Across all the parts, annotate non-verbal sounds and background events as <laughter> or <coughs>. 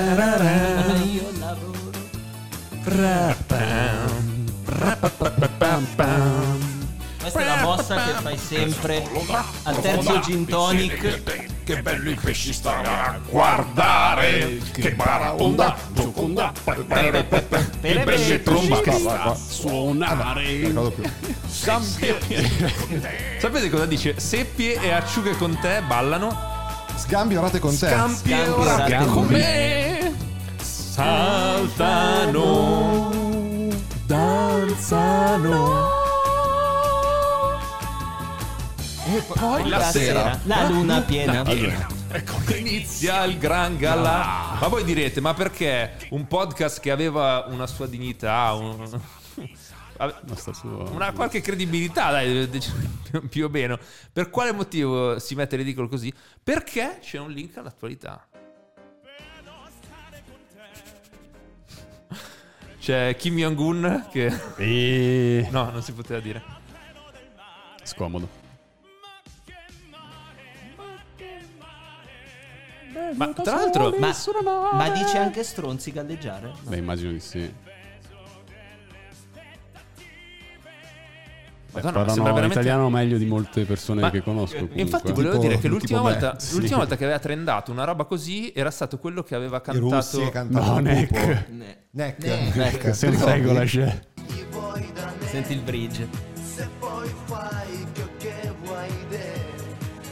Io lavoro. Questa è la mossa che fai sempre al terzo gin tonic. Che bello i pesci stanno a guardare Che baraonda, gioconda pe- pe- pe- pe- Il pesce tromba Qua, sta qua, a qua. suonare Ricordo più. Sapete cosa dice? Seppie e acciughe con te ballano. Sgambi orate con te. Campi e Scambi, orate scambi. con me. Saltano. Danzano. E poi la, sera. Ah, La luna piena. Ecco Inizia il gran gala. Ma voi direte, ma perché un podcast che aveva una sua dignità, un- una qualche credibilità, dai, <laughs> più- più o meno, per quale motivo si mette ridicolo così? Perché c'è un link all'attualità. C'è Kim Jong-un che... E... No, non si poteva dire. Scomodo Ma tra l'altro... Ma, ma dice anche stronzi galleggiare? Beh immagino di sì Madonna, ma Parlano sembra veramente... italiano meglio di molte persone Ma- che conosco comunque. Infatti volevo Tipo- dire che l'ultima, tipo me, volta, sì. l'ultima volta che aveva trendato una roba così era stato quello che aveva I russi cantato... che cantavano No, il Neck. pupo. Ne- Neck. Neck. Neck. Ricordi? senza regola c'è Senti il bridge. Se poi fai ciò che vuoi te,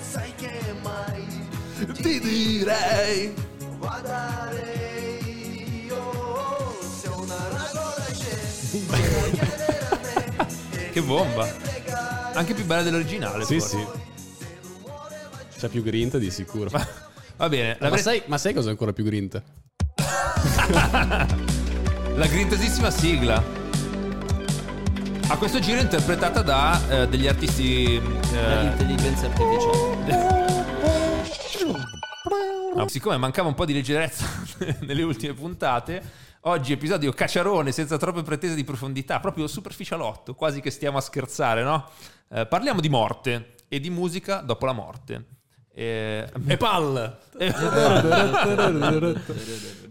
sai che mai Ti direi... guardarei io. Se una regola c'è, puoi chiedere a me e Che bomba! Anche più bella dell'originale. Sì forse. sì C'è più grinta di sicuro Va bene, la, Ma grintasissima sai, ma sai cosa è ancora più grinta? sigla. A questo giro è interpretata da eh, degli artisti... eh, L'intelligenza artificiale. no, siccome mancava un po' di leggerezza <laughs> nelle ultime puntate, oggi episodio cacciarone senza troppe pretese di profondità, proprio superficialotto, quasi che stiamo a scherzare, no? Eh, parliamo di morte e di musica dopo la morte. E, e pal! <laughs> Eh,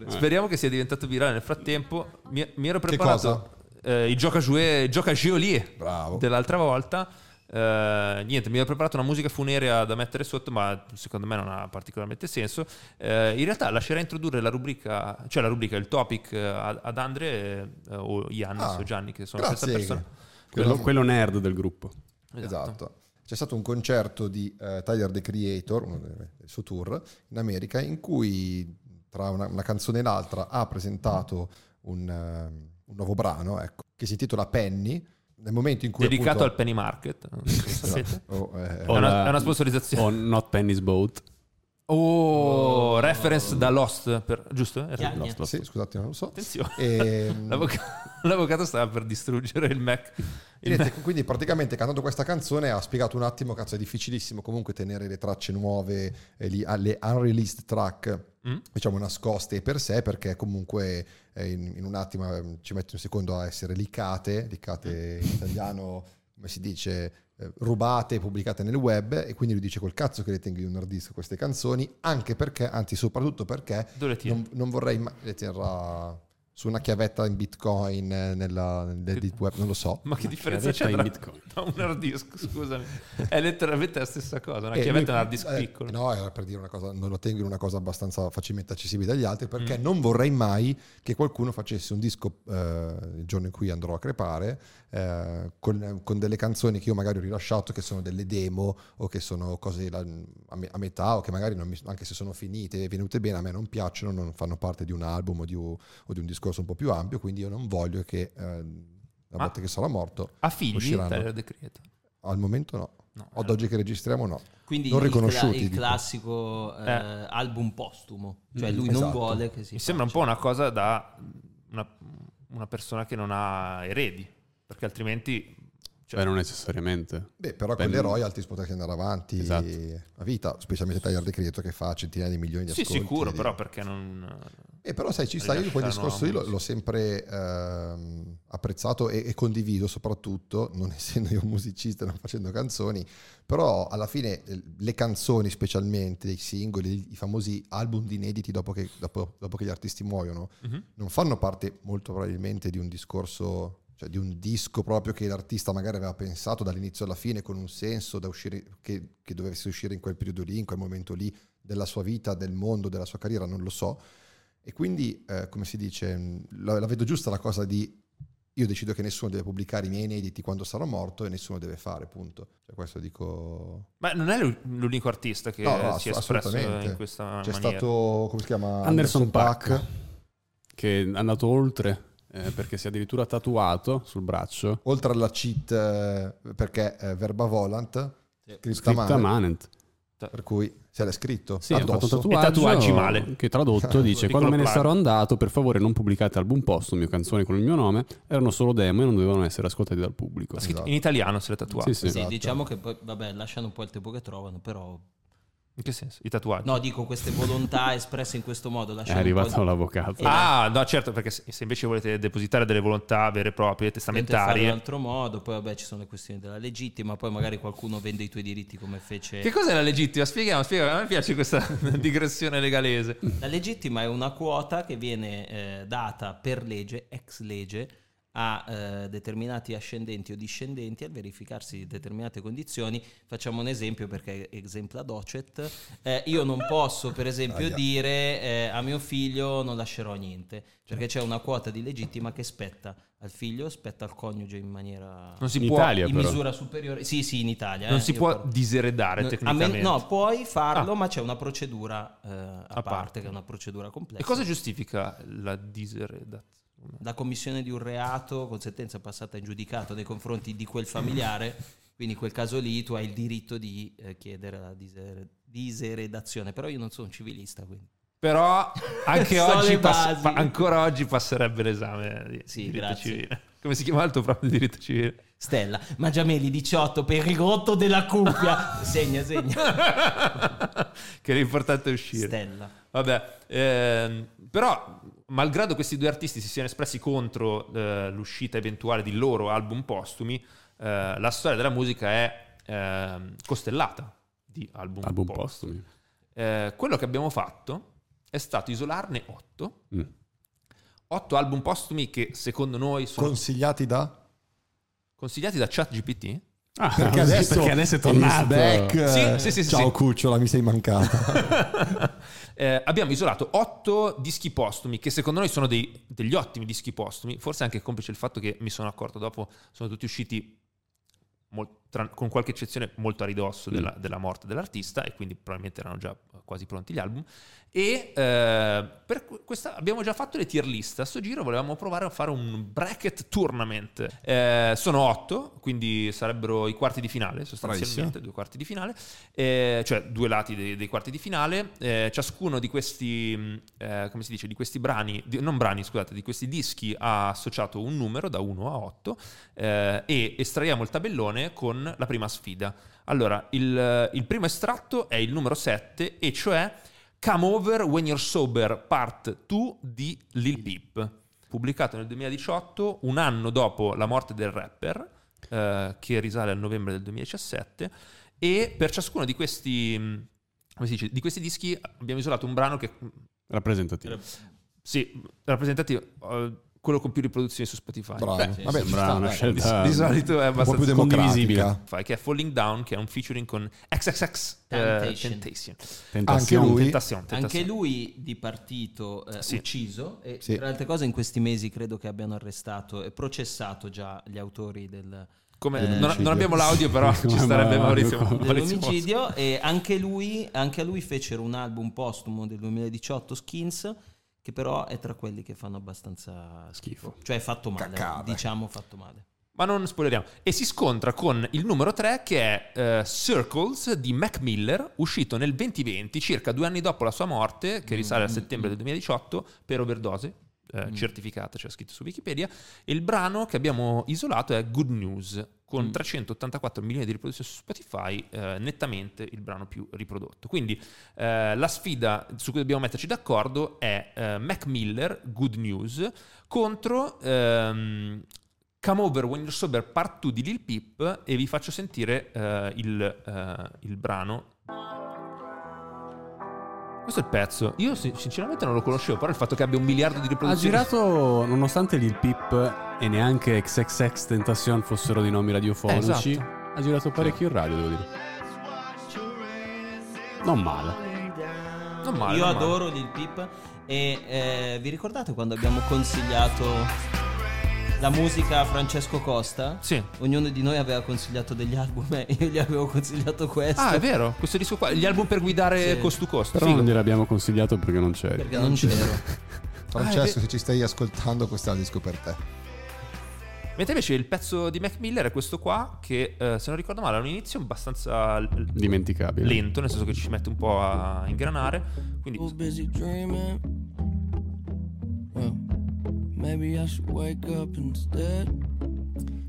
Speriamo che sia diventato virale nel frattempo. Mi, mi ero preparato eh, i gioca joué, gioca Giolier Bravo. dell'altra volta. Eh, niente, mi ero preparato una musica funerea da mettere sotto, ma secondo me non ha particolarmente senso. Eh, in realtà lascerei introdurre la rubrica, cioè la rubrica, il topic eh, ad ad Andre eh, o Iannis Ah, o Gianni, che sono la grazie. stessa persona. Quello, quello nerd del gruppo. Esatto. C'è stato un concerto di eh, Tyler the Creator, uno dei- del suo tour in America, in cui tra una, una canzone e l'altra ha presentato un, eh, un nuovo brano ecco, che si intitola Penny. Nel momento in cui. Dedicato al appunto- Penny Market. non so se sapete. Oh, eh, Oh. È una- è una sponsorizzazione. O Not Penny's Boat. Oh, reference da Lost, per- giusto? Era- Chiagna. Sì, scusate, non lo so. Attenzione. Ehm, L'avvoca- <laughs> L'avvocato stava per distruggere il Mac. Il Niente, Mac. quindi praticamente cantando questa canzone ha spiegato un attimo cazzo è difficilissimo comunque tenere le tracce nuove eh, lì, ah, le unreleased track Mm? diciamo nascoste per sé perché comunque eh, in, in un attimo eh, ci mette un secondo a essere licate licate Mm. in italiano come si dice eh, rubate pubblicate nel web e quindi lui dice col cazzo che le tengo in un hard disk queste canzoni anche perché anzi soprattutto perché Dove le tiri? non, non vorrei mai le terrà su una chiavetta in bitcoin eh, nella, nel deep web non lo so Ma che differenza chiavetta c'è tra, in Bitcoin. tra <laughs> un hard disk? Scusami, è letteralmente la stessa cosa. Una Eh, chiavetta lui- è un hard disk eh, piccolo. No, era per dire una cosa, non lo tengo in una cosa abbastanza facilmente accessibile dagli altri Mm. perché non vorrei mai che qualcuno facesse un disco eh, il giorno in cui andrò a crepare eh, con, con delle canzoni che io magari ho rilasciato che sono delle demo o che sono cose la- a, me- a metà o che magari non mi- anche se sono finite e venute bene a me non piacciono, non fanno parte di un album o di un, o di un discorso un po' più ampio, quindi io non voglio che eh, la Ma- volta che sarò morto Ha figli? usciranno. Tyler The Creator. al momento no. No, eh, Ad oggi che registriamo no. Quindi Non il, cla- riconosciuti, il dico. classico eh, Eh. album postumo. Cioè lui non Esatto. vuole che si Mi sembra un po' faccia. una cosa da mm, una, una persona che non ha eredi, perché altrimenti... Cioè, non necessariamente. Beh, però Beh, con le non- royalties potresti andare avanti Esatto. a vita, specialmente Tagliar Decreto che fa centinaia di milioni di Sì, ascolti. sicuro, però perché non... Beh, E però sai, ci stai, io quel Rilasciano discorso lì la l'ho, l'ho sempre ehm, apprezzato e, e condiviso soprattutto, non <laughs> essendo io un musicista, non facendo canzoni, però alla fine eh, le canzoni specialmente, i singoli, i famosi album di inediti dopo che, dopo- dopo che gli artisti muoiono, Mhm. non fanno parte molto probabilmente di un discorso, cioè di un disco proprio che l'artista magari aveva pensato dall'inizio alla fine con un senso da uscire, che, che dovesse uscire in quel periodo lì, in quel momento lì, della sua vita, del mondo, della sua carriera, non lo so. E quindi, eh, come si dice, mh, la, la vedo giusta la cosa di io decido che nessuno deve pubblicare i miei inediti quando sarò morto e nessuno deve fare, punto. Cioè, questo dico... Ma non è l'u- l'unico artista che No, no, si è ass- espresso assolutamente. in questa C'è maniera. stato, come si chiama? Anderson Paak. Paak. che è andato oltre eh, perché si è addirittura tatuato sul braccio Oltre alla cheat, eh, perché eh, verba volant, Sì. scritta scritta male, Manent. per cui se l'è scritto Sì, ha fatto un addosso. tatuaggio E tatuaggi male. Che <laughs> tradotto dice: Piccolo Quando me ne plug. sarò andato, per favore non pubblicate album postumi o canzoni con il mio nome. Erano solo demo e non dovevano essere ascoltati dal pubblico. Ha scritto In italiano se l'è tatuato. Sì, sì. Esatto. Sì, diciamo che poi, vabbè, lasciano un po' il tempo che trovano, però... In che senso? I tatuaggi. No, dico, queste volontà espresse in questo modo È lasciano un po' arrivato di- l'avvocato. eh, Ah, no, certo, perché se se invece volete depositare delle volontà vere e proprie, Potete farlo in un testamentarie. altro modo, poi vabbè ci sono le questioni della legittima, poi magari qualcuno vende i tuoi diritti come fece... Che cos'è la legittima? Spieghiamo, spieghiamo. A me piace questa <laughs> digressione legalese. La legittima è una quota che viene eh, data per legge, ex legge, a eh, determinati ascendenti o discendenti al verificarsi di determinate condizioni. Facciamo un esempio perché esempio docet. Eh, io non posso, per esempio, Ah, Aia. dire eh, a mio figlio non lascerò niente, Certo. perché c'è una quota di legittima che spetta al figlio, spetta al coniuge in maniera Non si In può, Italia, in però. misura superiore. Sì, sì, in Italia. non eh, si io può parlo. diseredare No, a tecnicamente. me- no, puoi farlo, Ah. ma c'è una procedura eh, a, parte, parte. che è una procedura E complessa. cosa giustifica la diseredazione? la commissione di un reato con sentenza passata in giudicato nei confronti di quel familiare, quindi in quel caso lì tu hai il diritto di eh, chiedere la disere- diseredazione, però io non sono un civilista, quindi Però <laughs> anche So oggi le basi. pass- pa- ancora oggi passerebbe l'esame di Sì, diritto grazie. civile. Come si chiama il tuo proprio diritto civile? <laughs> <laughs> Stella, Mangiameli 18 per il rotto della <laughs> cuffia. segna, segna. che l'importante è uscire. Stella. Vabbè, ehm, però, malgrado questi due artisti si siano espressi contro eh, l'uscita eventuale di loro album postumi, eh, la storia della musica è ehm, costellata di album, Album postumi. postumi. Eh, quello che abbiamo fatto è stato isolarne otto. Mm. Otto album postumi che secondo noi sono Consigliati da... consigliati da ChatGPT. Ah, Perché sì, adesso, perché adesso è tornato. tornato. Sì, sì, sì, sì, Ciao sì. Cucciola, mi sei mancata. <laughs> Eh, abbiamo isolato otto dischi postumi che secondo noi sono dei- degli ottimi dischi postumi, forse anche complice il fatto che mi sono accorto dopo sono tutti usciti mol- tra- con qualche eccezione molto a ridosso della, della morte dell'artista e quindi probabilmente erano già eh, quasi pronti gli album e eh, per que- questa abbiamo già fatto le tier list a sto giro volevamo provare a fare un bracket tournament Eh, sono otto quindi sarebbero i quarti di finale sostanzialmente Bravissimo. due quarti di finale eh, cioè due lati dei, dei quarti di finale. Eh, ciascuno di questi, mh, eh, come si dice, di questi brani, di- non brani, scusate, di questi dischi ha associato un numero da 1 a 8 eh, e estraiamo il tabellone con la prima sfida. Allora, il, il primo estratto è il numero 7 e cioè Come Over When You're Sober Part 2 di Lil Peep, pubblicato nel 2018, un anno dopo la morte del rapper, eh, che risale al novembre del 2017 e per ciascuno di questi, mh, come si dice, di questi dischi abbiamo isolato un brano che mh, Rappresentativo. sì, rappresentativo, eh, quello con più riproduzioni su Spotify. Bravo. Beh, Vabbè, ci sembra sta, una dai. scelta Di- di solito è Un po' più abbastanza democratica. condivisibile. fai, che Ah, è Falling Down, che è un featuring con XXX eh, Temptation. Temptation. Tentazione. Anche lui. Tentazione, Anche tentazione. lui di partito eh, Sì. ucciso e Sì. tra le altre cose in questi mesi credo che abbiano arrestato e processato già gli autori del, Come- Eh, non, omicidio. non abbiamo l'audio, però Sì, ci ma- starebbe Maurizio. ma- Maurizio Mosca. dell'omicidio e anche lui, anche a lui fecero un album postumo del 2018 Skins che però è tra quelli che fanno abbastanza schifo, Schifo. cioè è fatto male, Cacare. diciamo fatto male. Ma non spoileriamo. E si scontra con il numero 3 che è eh, Circles di Mac Miller, uscito nel 2020, circa due anni dopo la sua morte, che risale a settembre del 2018, per overdose. eh, certificata, c'è scritto su Wikipedia. E il brano che abbiamo isolato è Good News, con 384 milioni di riproduzioni su Spotify, eh, nettamente il brano più riprodotto. Quindi eh, la sfida su cui dobbiamo metterci d'accordo è eh, Mac Miller, Good News, contro ehm, Come Over When You're Sober Part 2 di Lil Peep e vi faccio sentire eh, il, eh, il brano. Questo è il pezzo. Io sin- sinceramente non lo conoscevo, però il fatto che abbia un miliardo di Ha riproduzioni... girato, nonostante Lil Pip e neanche XXX Tentacion fossero dei nomi radiofonici, Eh, esatto. ha girato parecchio in radio, devo dire. Non male. Non male, Io non male. adoro Lil Peep e eh, vi ricordate quando abbiamo consigliato la musica a Francesco Costa? Sì. Ognuno di noi aveva consigliato degli album e io gli avevo consigliato questo. Ah, è vero, questo disco qua, gli album per guidare Sì. cost to cost. Però figo. non gliel'abbiamo consigliato perché non c'eri. Perché non Eh? c'ero. Francesco, Ah, è se ci stai ascoltando, questa è la disco per te. Mentre invece il pezzo di Mac Miller è questo qua, che eh, se non ricordo male ha un inizio abbastanza l- l- Dimenticabile. lento, nel senso che ci mette un po' a ingranare. Quindi was busy dreaming. Well, maybe I should wake up instead.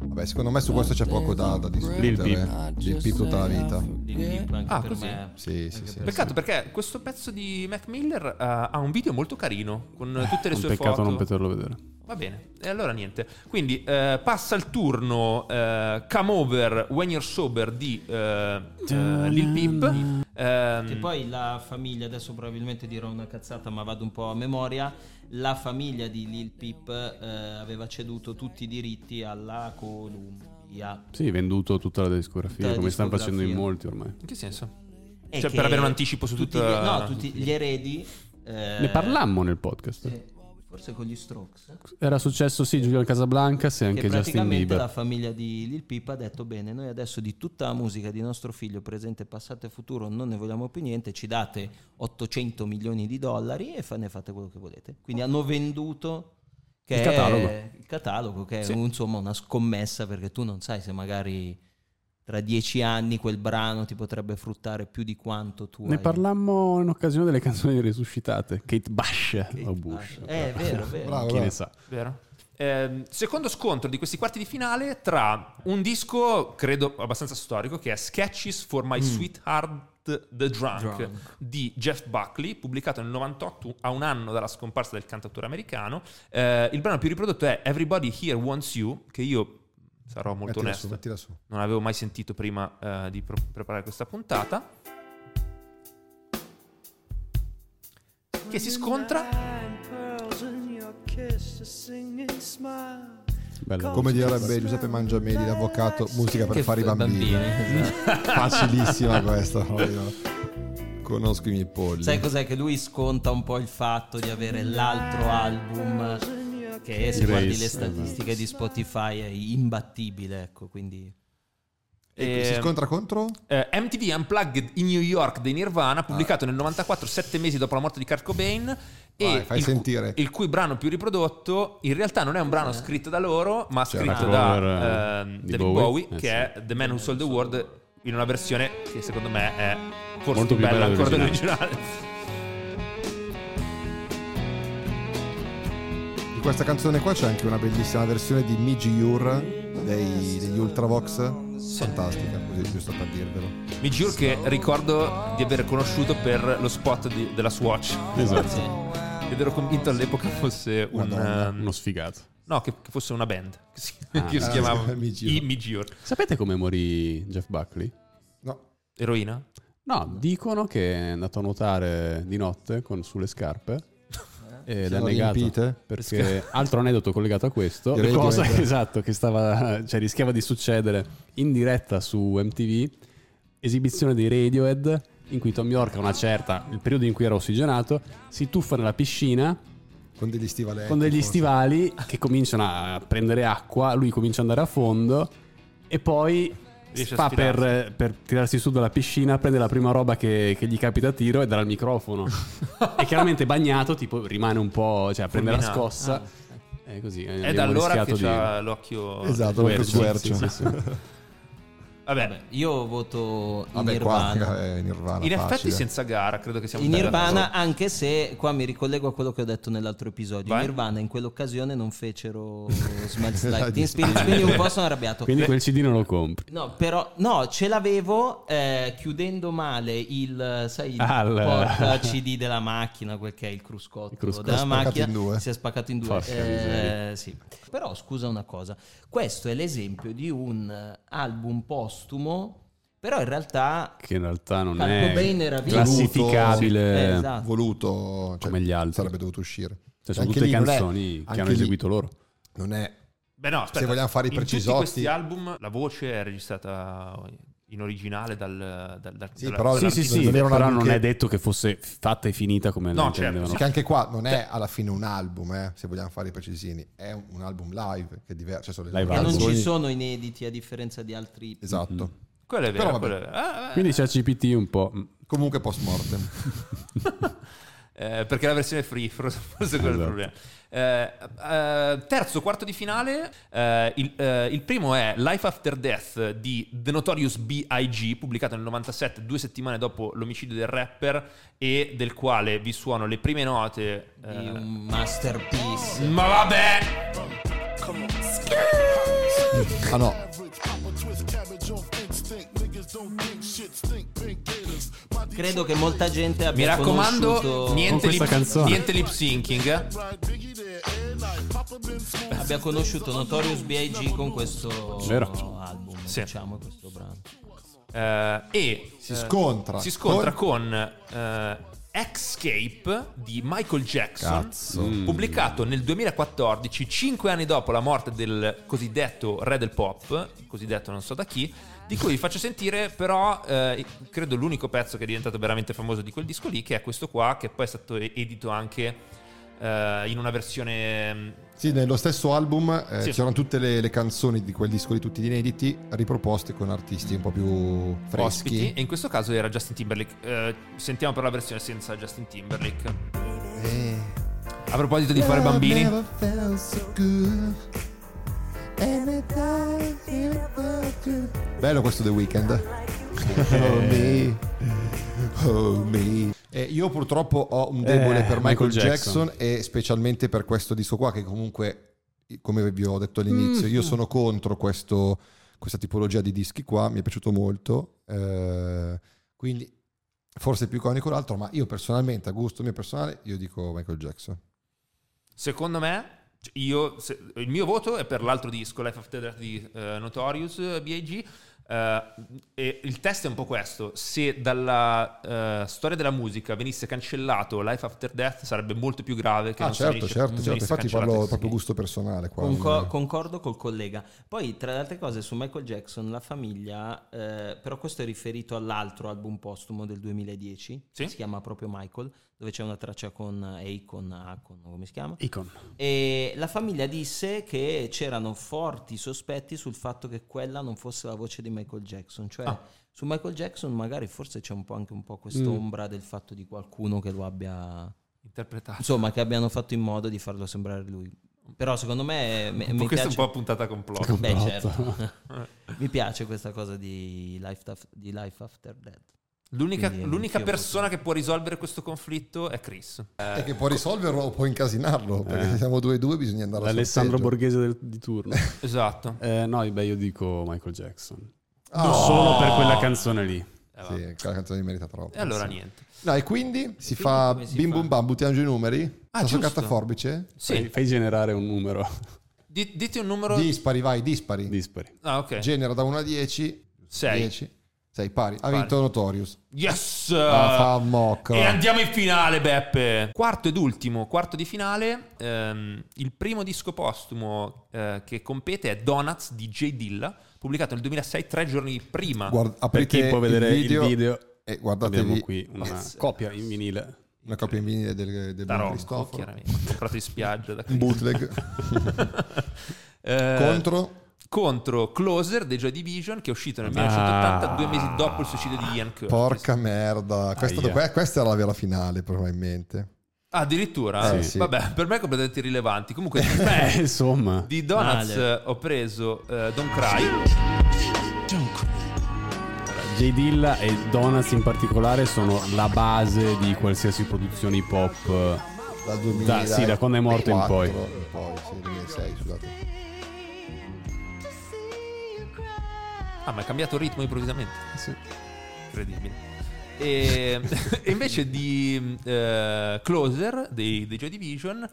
Vabbè, secondo me su questo c'è poco da, da discutere. eh. Lil Peep. I Lil just Peep tutta la say I vita. Lil Peep forget. anche Ah, per così? me. Sì, sì, sì. Peccato perché questo pezzo di Mac Miller eh, ha un video molto carino con eh, tutte le Un sue peccato foto. non poterlo vedere. Va bene, e allora niente. Quindi eh, passa il turno eh, Come Over When You're Sober di eh, eh, Lil Peep. Ehm, Che poi la famiglia, adesso probabilmente dirò una cazzata ma vado un po' a memoria, la famiglia di Lil Peep eh, aveva ceduto tutti i diritti alla Columbia. Sì, venduto tutta la discografia, Tutta la come stanno facendo in discografia. molti ormai. in che senso? E Cioè, che per avere un anticipo su tutti tutta- gli, no, tutti gli eredi... eh, Ne parlammo nel podcast. eh, Forse con gli Strokes. Era successo sì Giulio Casablanca, sì Che anche Justin praticamente Bieber. la famiglia di Lil Peep ha detto bene, noi adesso di tutta la musica di nostro figlio, presente, passato e futuro, non ne vogliamo più niente, ci date 800 milioni di dollari e fa- ne fate quello che volete. Quindi hanno venduto che Il è- catalogo. il catalogo, che è Sì. un- insomma una scommessa perché tu non sai se magari tra dieci anni quel brano ti potrebbe fruttare più di quanto tu Ne hai- parlammo in occasione delle canzoni risuscitate. Kate Bush o Bush. Bush. Eh, è vero, è vero. Bravo, Chi bravo. ne sa. Vero. Ehm, secondo scontro di questi quarti di finale tra un disco, credo abbastanza storico, che è Sketches for My Sweetheart The Drunk, Drunk. di Jeff Buckley, pubblicato nel 98 a un anno dalla scomparsa del cantautore americano. Eh, il brano più riprodotto è Everybody Here Wants You, che io sarò Mettila molto su, onesto, mettila su. non avevo mai sentito prima eh, di pro- preparare questa puntata. Che si scontra Bella Come direbbe Giuseppe Mangiamedi, l'avvocato, musica per Che fare i f- bambini. <laughs> esatto. Facilissima questa. proprio. Conosco i miei polli. Sai cos'è? Che lui sconta un po' il fatto di avere l'altro album che se Grace, guardi le eh, statistiche di Spotify è imbattibile, ecco, quindi... E si Ehm, scontra contro? Eh, MTV Unplugged in New York dei Nirvana, pubblicato nel 94, sette mesi dopo la morte di Kurt Cobain. Vai, fai il, cu- sentire. il cui brano più riprodotto in realtà non è un brano scritto da loro, ma Cioè, scritto una da cover, ehm, eh, di David Bowie. Bowie, Eh, che sì. è The Man Who Sold the World, in una versione che secondo me è forse Molto più più bella bella ancora dell'originale. dell'originale. In questa canzone qua c'è anche una bellissima versione di Miji Yur dei- degli Ultravox. Fantastica, così giusto per dirvelo. Mi giuro che ricordo di aver conosciuto per lo spot di- della Swatch. Esatto. Ed ero convinto all'epoca fosse un, Madonna, ehm, Uno sfigato. No, che, che fosse una band che si, Ah, che si ah, chiamava Mi Giuro. I Mi Giuro. Sapete come morì Jeff Buckley? No, Eroina? No, dicono che è andato a nuotare di notte con, sulle Eh? scarpe. Ed è sono negato riempite? perché <laughs> altro aneddoto collegato a questo Direi cosa <laughs> che- esatto che stava cioè rischiava di succedere in diretta su MTV esibizione dei Radiohead in cui Tommy York a una certa il periodo in cui era ossigenato si tuffa nella piscina Con degli stivaletti. con degli forse. stivali che cominciano a prendere acqua, lui comincia ad andare a fondo e poi Riesce a fa sfilarsi. per, per tirarsi su dalla piscina, prende la prima roba che, che gli capita a tiro e dà al <laughs> microfono. e chiaramente bagnato, tipo rimane un po', cioè prende la Fulminato. Ah. scossa. E così eh, È abbiamo da allora che rischiato di- c'ha l'occhio... Esatto, Guercio, <laughs> l'occhio sì, sì, sguercio. sì. Vabbè. Vabbè, io voto in Vabbè, qua Nirvana. eh, Nirvana. In effetti facile. senza gara, credo che siamo In stati Nirvana, d'accordo. anche se qua mi ricollego a quello che ho detto nell'altro episodio, Vai. in Nirvana in quell'occasione non fecero <laughs> Smells Dai, Like di- Teen Spirit, quindi un po' sono arrabbiato. Quindi quel CD non lo compri. No, però no, ce l'avevo eh, chiudendo male il, sai, il Ah, il- porta CD della macchina, quel che è il cruscotto, Il cruscotto. della Spaccato macchina, in due. si è spaccato in due. Porca Eh, miseria. sì. Però scusa una cosa, questo è l'esempio di un album postumo, però in realtà Che in realtà non Kurt è Cobain era vivo. classificabile. Eh, esatto. voluto, cioè, Come gli altri. sarebbe dovuto uscire. Cioè, sono Anche tutte lì non è- canzoni che anche hanno lì eseguito loro. Non è Beh, no, aspetta, Se vogliamo fare i in tutti precisotti- questi album la voce è registrata in originale dal, dal, dal Sì, dalla- però- Sì, dall'artista. sì, non sì, era un però album non che- è detto che fosse fatta e finita come la No, certo, intendevano. sì. Che anche qua non Cioè è alla fine un album, eh, se vogliamo fare i precisini, è un, un album live che è diverso. Cioè sono le Live E non canzoni- ci sono inediti a differenza di altri. Esatto. Mm. Quello è vero, Però vabbè. quello è vero. Ah, eh, Quindi c'è CPT un po'. mm, Comunque post mortem. <laughs> eh, perché la versione free, forse, forse quello è il problema. Eh, eh, terzo, quarto di finale. eh, il, eh, il primo è Life After Death di The Notorious B.I.G., pubblicato nel 97, due settimane dopo l'omicidio del rapper, e del quale vi suono le prime note. Di eh, Mm. un masterpiece. Ma vabbè! Ah no, Credo che molta gente Mi abbia raccomando, conosciuto, niente Con questa lip, canzone. niente lip syncing. eh. abbia conosciuto Notorious B.I.G. con questo Vero. album, Sì. diciamo, questo brano. Eh, e si eh, scontra. si scontra con eh, Escape di Michael Jackson, Cazzo. Mm. pubblicato nel 2014, 5 anni dopo la morte del cosiddetto re del pop, cosiddetto non so da chi, di cui vi faccio sentire però eh, credo l'unico pezzo che è diventato veramente famoso di quel disco lì, che è questo qua, che poi è stato edito anche eh, in una versione... mm, Sì, nello stesso album eh, Sì. c'erano tutte le, le canzoni di quel disco lì, tutti gli inediti, riproposte con artisti un po' più freschi. ospiti, e in questo caso era Justin Timberlake. Eh, sentiamo però la versione senza Justin Timberlake. Eh. A proposito di fare bambini, Bello questo The Weeknd. Eh. Oh me, oh me. Eh, io purtroppo ho un debole Eh, per Michael Michael Jackson, e specialmente per questo disco qua che comunque, come vi ho detto all'inizio, io sono contro questo- questa tipologia di dischi qua, mi è piaciuto molto, eh, quindi forse è più iconico l'altro, ma io personalmente, a gusto mio personale, io dico Michael Jackson. secondo me, cioè, io, se- il mio voto è per l'altro disco, Life After Death di eh, Notorious eh, B.I.G. Eh, e il test è un po' questo: se dalla eh, storia della musica venisse cancellato Life After Death, sarebbe molto più grave che Ah non certo, venisse- certo, non certo. venisse infatti cancellato Eh. parlo il proprio disco. gusto personale qua. Conco- non- concordo col collega. Poi, tra le altre cose, su Michael Jackson, la famiglia, eh, però questo è riferito all'altro album postumo del 2010, Sì. si chiama proprio Michael, dove c'è una traccia con Akon, Akon, come si chiama? Icon. E la famiglia disse che c'erano forti sospetti sul fatto che quella non fosse la voce di Michael Jackson. Cioè, Ah. su Michael Jackson magari forse c'è un po' anche un po' quest'ombra Mm. del fatto di qualcuno che lo abbia. <laughs> Interpretato. Insomma, che abbiano fatto in modo di farlo sembrare lui. Però secondo me me- mi Questa è un piace. po' puntata a complotto. Beh, Bravo. certo. <laughs> mi piace questa cosa di Life, Taf- di Life After Death. L'unica, Quindi l'unica anch'io persona che può risolvere questo conflitto è Chris. Eh. E che può risolverlo o può incasinarlo, perché Eh. se siamo due e due bisogna andare a L'Alessandro sorteggio. Borghese del- di <laughs> turno. Esatto. Eh, no, beh, io dico Michael Jackson. Ah, Solo per quella canzone lì. Eh, va. Sì, quella canzone merita troppo. E allora niente. No, e quindi si fa come si bim fa? bum bam, buttiamo giù i numeri. Ah, Ah, giusto. carta forbice? Fai, Sì, fai generare un numero. di- dite un numero. Dispari, vai, dispari. Dispari. Ah, ok. Genera da 1 a 10. Sei. 10. Sei pari. Ha vinto Notorious. Yes! Ah, fa mocco. Eh, e andiamo in finale, Beppe. Quarto ed ultimo, quarto di finale. Ehm, il primo disco postumo eh, che compete è Donuts di J. Dilla, pubblicato nel 2006, tre giorni prima. Guarda, Per aprite chi può vedere il video, e abbiamo guardatevi qui una Yes. copia in vinile. una copia in vinile del, del da buon Rocco, Cristoforo. chiaramente. Comprato in spiaggia. Da... Un bootleg. <laughs> Eh, Contro... contro Closer dei Joy Division che è uscito nel Ah. 1980 due mesi dopo il suicidio di Ian Curtis Porca merda, questa, Aia. que- questa era la vera finale probabilmente. Ah, addirittura Eh, sì. vabbè per me è completamente irrilevanti comunque <laughs> di- Beh, <laughs> insomma. di Donuts Male. eh, ho preso eh, Don't Cry J. Dilla e Donuts in particolare sono la base di qualsiasi produzione hip hop. Dal 2000 sì, da quando è morto in poi. in poi, sì, 2006, scusate. Ah, ma è cambiato ritmo improvvisamente. Sì. Incredibile. E, e invece di eh, Closer dei, dei Joy Division,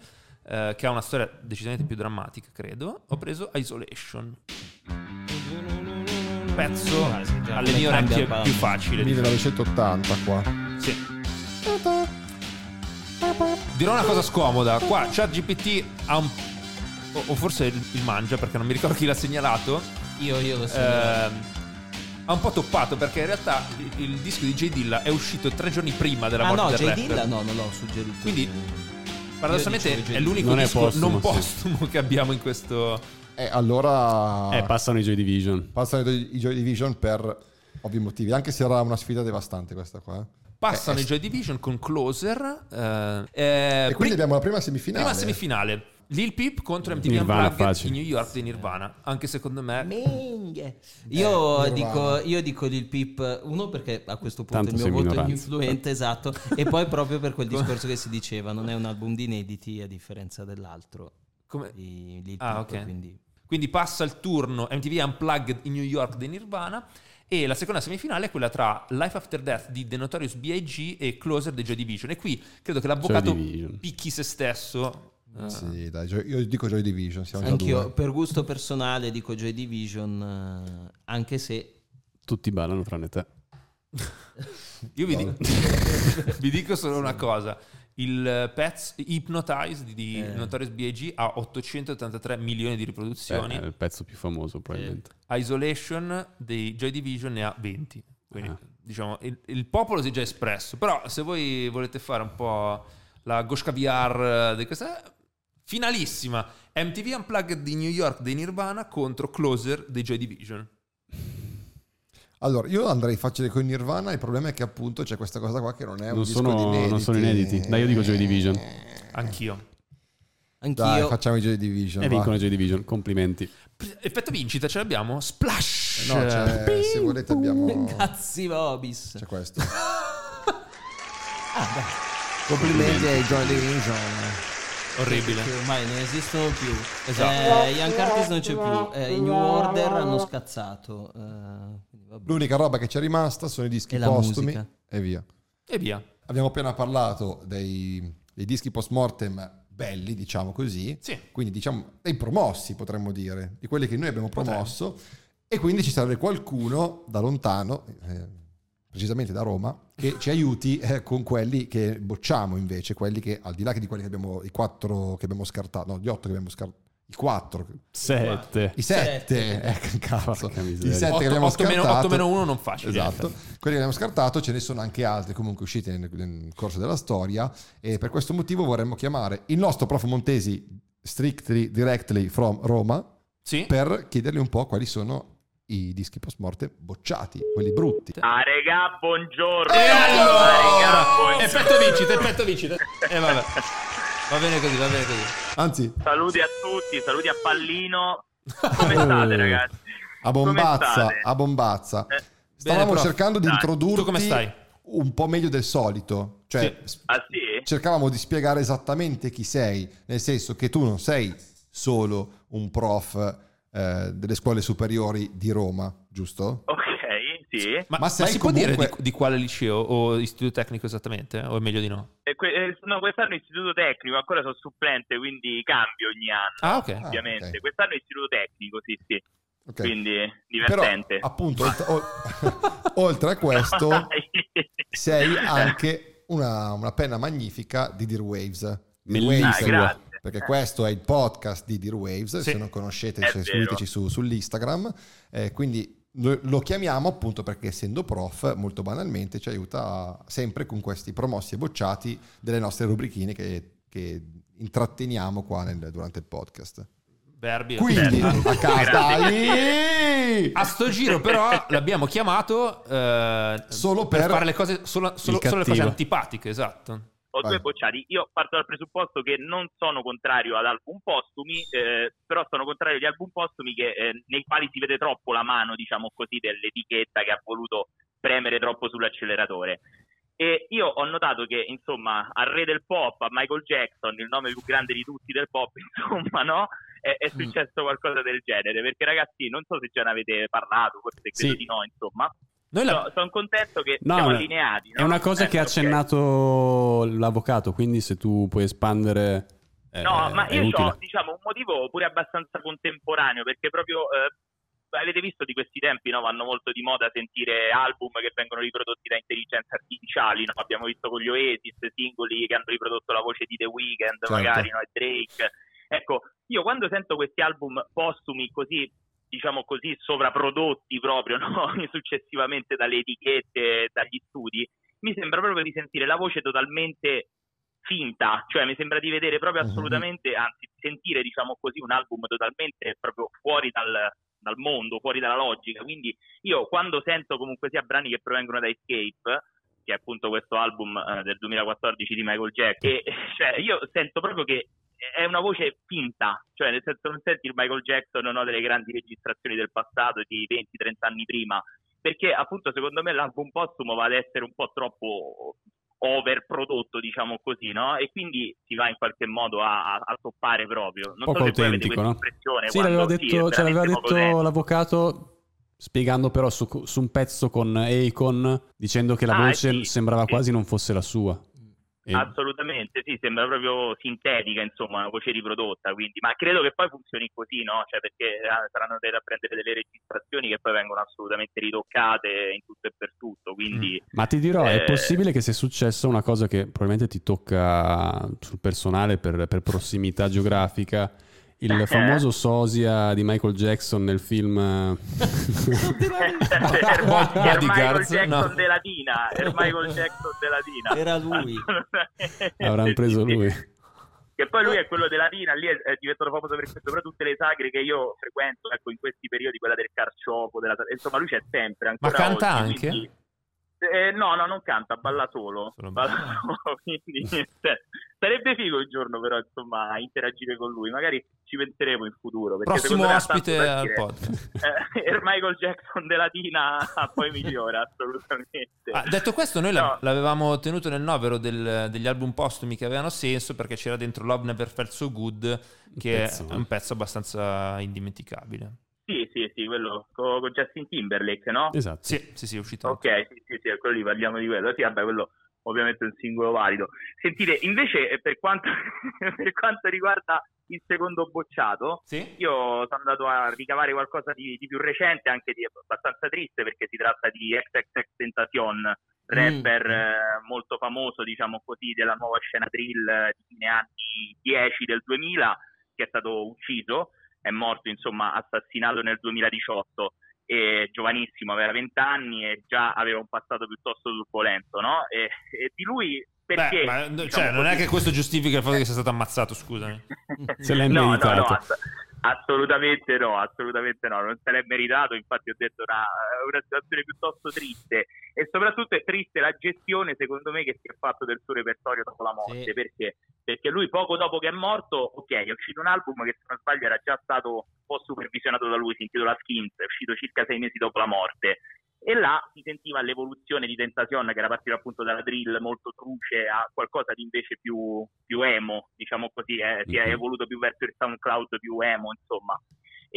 eh, che ha una storia decisamente più drammatica, credo, ho preso Isolation. Pezzo Ah, sì, già, alle mie cambia orecchie il balance. più facile. diciamo. 1980 qua. Sì. Dirò una cosa scomoda, qua ChatGPT ha un... o, o forse il, il mangia perché non mi ricordo chi l'ha segnalato, Io, io lo so. ehm, ha un po' toppato perché in realtà il, il disco di J Dilla è uscito tre giorni prima della ah morte no, del J. rapper. Dilla no, non l'ho suggerito. Quindi, Io Paradossalmente dicevo è J. l'unico Non è disco postumo, non sì. postumo che abbiamo in questo... E Eh, allora Eh, passano i Joy Division. passano i, i Joy Division per ovvi motivi, anche se era una sfida devastante questa qua. eh. Passano Eh, i Joy Division con Closer. eh, eh, E quindi pri- abbiamo la prima semifinale. Prima semifinale. Lil Peep contro MTV Nirvana, Unplugged facile. di New York di Nirvana. Anche secondo me. Ming. Io, Eh, dico, Nirvana. io dico Lil Pip, uno perché a questo punto Tanto il sei mio voto è minoranza. influente, esatto, e poi proprio per quel discorso che si diceva, non è un album di inediti a differenza dell'altro come- di Lil Ah, Peep, ok. quindi Quindi passa il turno MTV Unplugged di New York di Nirvana. E la seconda semifinale è quella tra Life After Death di The Notorious B.I.G. e Closer di Joy Division. E qui credo che l'avvocato Joy Division. Ah, picchi se stesso. eh, Sì, dai, Joy- io dico Joy Division, siamo già anch'io due. per gusto personale dico Joy Division, eh, anche se Tutti ballano tranne te. Io vi, dico- <laughs> vi dico solo una cosa. Il pezzo Hypnotize di, di Eh. Notorious B.I.G. ha 883 milioni di riproduzioni. Eh, è il pezzo più famoso probabilmente. Isolation dei Joy Division ne ha 20. Quindi, Ah. diciamo, il, il popolo si è già espresso. Però, se voi volete fare un po' la Goshka VR di questa... Finalissima. MTV Unplugged di New York dei Nirvana contro Closer dei Joy Division. Allora, io andrei facile con Nirvana, il problema è che appunto c'è questa cosa qua che non è un Non disco sono- di inediti. Eh, non sono inediti. Dai, io dico Joy Division. Eh, Anch'io. anch'io Dai, facciamo i Joy Division. E va. vincono i Joy Division, complimenti. P- Effetto vincita ce l'abbiamo? Splash! No, cioè, se volete <laughs> abbiamo... <laughs> Cazzi Vobis. C'è questo. Complimenti ai Joy Division. Orribile. Che ormai non esistono più. Esatto. Eh, Young Artist non c'è più. Eh, I New Order hanno scazzato. eh, quindi vabbè. L'unica roba che c'è rimasta sono i dischi E la postumi musica. e via. E via. Abbiamo appena parlato dei, dei dischi post mortem belli, diciamo così, Sì. quindi diciamo dei promossi potremmo dire, di quelli che noi abbiamo promosso e quindi ci serve qualcuno da lontano, eh, precisamente da Roma, che ci aiuti eh, con quelli che bocciamo invece, quelli che al di là che di quelli che abbiamo, i quattro che abbiamo scartato, no, gli otto che abbiamo scartato, i quattro, Sette. i sette, eh, cazzo, Porca i miseria. sette che 8, abbiamo scartato. meno 1 non facile. Esatto, quelli che abbiamo scartato ce ne sono anche altri comunque usciti nel, nel corso della storia e per questo motivo vorremmo chiamare il nostro prof Montesi strictly directly from Roma Sì? per chiedergli un po' quali sono i dischi post morte bocciati, quelli brutti. Ah, regà, buongiorno. E Eh, allora! Ah, regà, buongiorno. Effetto vincita, effetto vincita. E vabbè. Va bene così, va bene così. Anzi, Saluti a tutti, saluti a Pallino. Come state, ragazzi? Eh, a Come bombazza, state? a bombazza. Eh, Stavamo prof. cercando di Dai, introdurti tu come stai? un po' meglio del solito, cioè s- Ah, sì? cercavamo di spiegare esattamente chi sei, nel senso che tu non sei solo un prof eh, delle scuole superiori di Roma, giusto? Ok, sì. Ma Ma, ma sei si può comunque- dire di, di quale liceo o istituto tecnico esattamente? O è meglio di no? E que- eh, no, quest'anno istituto tecnico, ancora sono supplente, quindi cambio ogni anno, Ah, ok. Ah, ovviamente. ok. Quest'anno istituto tecnico, sì, sì. Ok. Quindi Però divertente. appunto oltre, o- <laughs> <laughs> oltre a questo <laughs> Dai. <laughs> sei Cioè. anche una, una penna magnifica di Dear Waves. Dear Bellissima. Waves, Ah, grazie. Perché questo è il podcast di Dear Waves, Sì. se non conoscete È cioè, vero. seguiteci su- sull'Instagram, Eh, quindi lo, lo chiamiamo appunto perché essendo prof molto banalmente ci aiuta sempre con questi promossi e bocciati delle nostre rubrichine che, che intratteniamo qua nel- durante il podcast. Verbi. Quindi Verbi. a casa dai! A sto giro però l'abbiamo chiamato eh, Solo per- fare le cose solo, solo- Il solo le cose cattivo. antipatiche, esatto. Ho Vai. due bocciati. Io parto dal presupposto che non sono contrario ad album postumi, eh, però sono contrario agli album postumi che, eh, nei quali si vede troppo la mano, diciamo così, dell'etichetta che ha voluto premere troppo sull'acceleratore. E io ho notato che, insomma, al re del pop, a Michael Jackson, il nome più grande di tutti del pop, <laughs> insomma, no? È, Mm. è successo qualcosa del genere. Perché, ragazzi, non so se già ne avete parlato, forse credo Sì. di no, insomma. Noi la- sono contento che No, siamo no, allineati. no? È una cosa Eh, che ha ok. accennato l'avvocato, quindi se tu puoi espandere... eh, No, ma è io utile. ho diciamo, un motivo pure abbastanza contemporaneo, perché proprio eh, avete visto di questi tempi no? vanno molto di moda sentire album che vengono riprodotti da intelligenze artificiali, no? abbiamo visto con gli Oasis, singoli che hanno riprodotto la voce di The Weeknd, Certo. magari, no? e Drake. Ecco, io quando sento questi album postumi così, diciamo così, sovraprodotti proprio <laughs> no? successivamente dalle etichette, dagli studi, mi sembra proprio di sentire la voce totalmente finta, cioè mi sembra di vedere proprio Mhm. assolutamente, anzi di sentire diciamo così un album totalmente proprio fuori dal, dal mondo, fuori dalla logica, quindi io quando sento comunque sia brani che provengono da Escape, che è appunto questo album eh, del 2014 di Michael Jackson, e, cioè, io sento proprio che è una voce finta, cioè nel senso non senti il Michael Jackson no, delle grandi registrazioni del passato di 20-30 anni prima, perché appunto secondo me l'album postumo va ad essere un po' troppo overprodotto, diciamo così, no? E quindi si va in qualche modo a, a, a toppare proprio. Non Poco so se voi avete autentico, questa no? impressione. Sì, quando- l'aveva sì, è detto, ce l'aveva veramente poco autentico. detto l'avvocato spiegando però su, su un pezzo con Akon dicendo che la Ah, voce sì, sembrava sì. quasi non fosse la sua. E- Assolutamente, sì, sembra proprio sintetica, insomma, una voce riprodotta, quindi, ma credo che poi funzioni così, no? Cioè, perché eh, saranno andate a prendere delle registrazioni che poi vengono assolutamente ritoccate in tutto e per tutto, quindi Ma ti dirò, è Eh. possibile che sia successa una cosa che probabilmente ti tocca sul personale per, per prossimità geografica. Il Eh. famoso sosia di Michael Jackson nel film... eh, er Bo- er Michael Bodyguards, Jackson no. della Dina, er Michael Jackson della Dina. Era lui. Avranno Sì, preso sì, sì. lui. Che poi lui è quello della Dina, lì è, è diventato famoso per questo, però tutte le sagre che io frequento, ecco, in questi periodi, quella del carciofo, della... insomma, lui c'è sempre. Ma Ancora canta oggi, anche? quindi- Eh, no, no, non canta, balla solo. Solo Balla solo, quindi, cioè, sarebbe figo un giorno, però, insomma, interagire con lui. Magari ci penseremo in futuro. Perché Prossimo secondo me ha tanto ospite da al dire. podcast. Eh, <laughs> il Michael Jackson della <laughs> Dina poi migliora, assolutamente. Ah, detto questo, noi la- No. l'avevamo tenuto nel novero del- degli album postumi che avevano senso perché c'era dentro Love Never Felt So Good, che pezzo, è un pezzo abbastanza indimenticabile. Sì, sì, sì, quello co- con Justin Timberlake, no? Esatto. Sì, sì, sì, è uscito. anche. Ok, sì, sì, sì, quello lì parliamo di quello. Sì, vabbè, quello ovviamente è un singolo valido. Sentite, invece eh, per quanto, <laughs> per quanto riguarda il secondo bocciato, Sì? io sono andato a ricavare qualcosa di, di più recente, anche di abbastanza triste, perché si tratta di XXX Tentacion, Mm. rapper eh, molto famoso, diciamo così, della nuova scena drill eh, di fine anni 10 del 2000, che è stato ucciso, è morto, insomma, assassinato nel 2018 e giovanissimo, aveva 20 anni e già aveva un passato piuttosto turbolento, no? E, e di lui perché... Beh, ma, diciamo cioè, non è così- che questo giustifica il fatto che sia stato ammazzato, scusami. Se l'hai <laughs> no, no, no, meritato. ass- assolutamente no, assolutamente no, non se l'è meritato, infatti ho detto una, una situazione piuttosto triste e soprattutto è triste la gestione secondo me che si è fatto del suo repertorio dopo la morte, Sì. perché? Perché lui poco dopo che è morto, ok, è uscito un album che se non sbaglio era già stato un po' supervisionato da lui, si intitola Skins, è uscito circa sei mesi dopo la morte. E là si sentiva l'evoluzione di Tentacion, che era partita appunto dalla drill molto truce a qualcosa di invece più, più emo, diciamo così, eh, si è Mhm. evoluto più verso il SoundCloud più emo, insomma.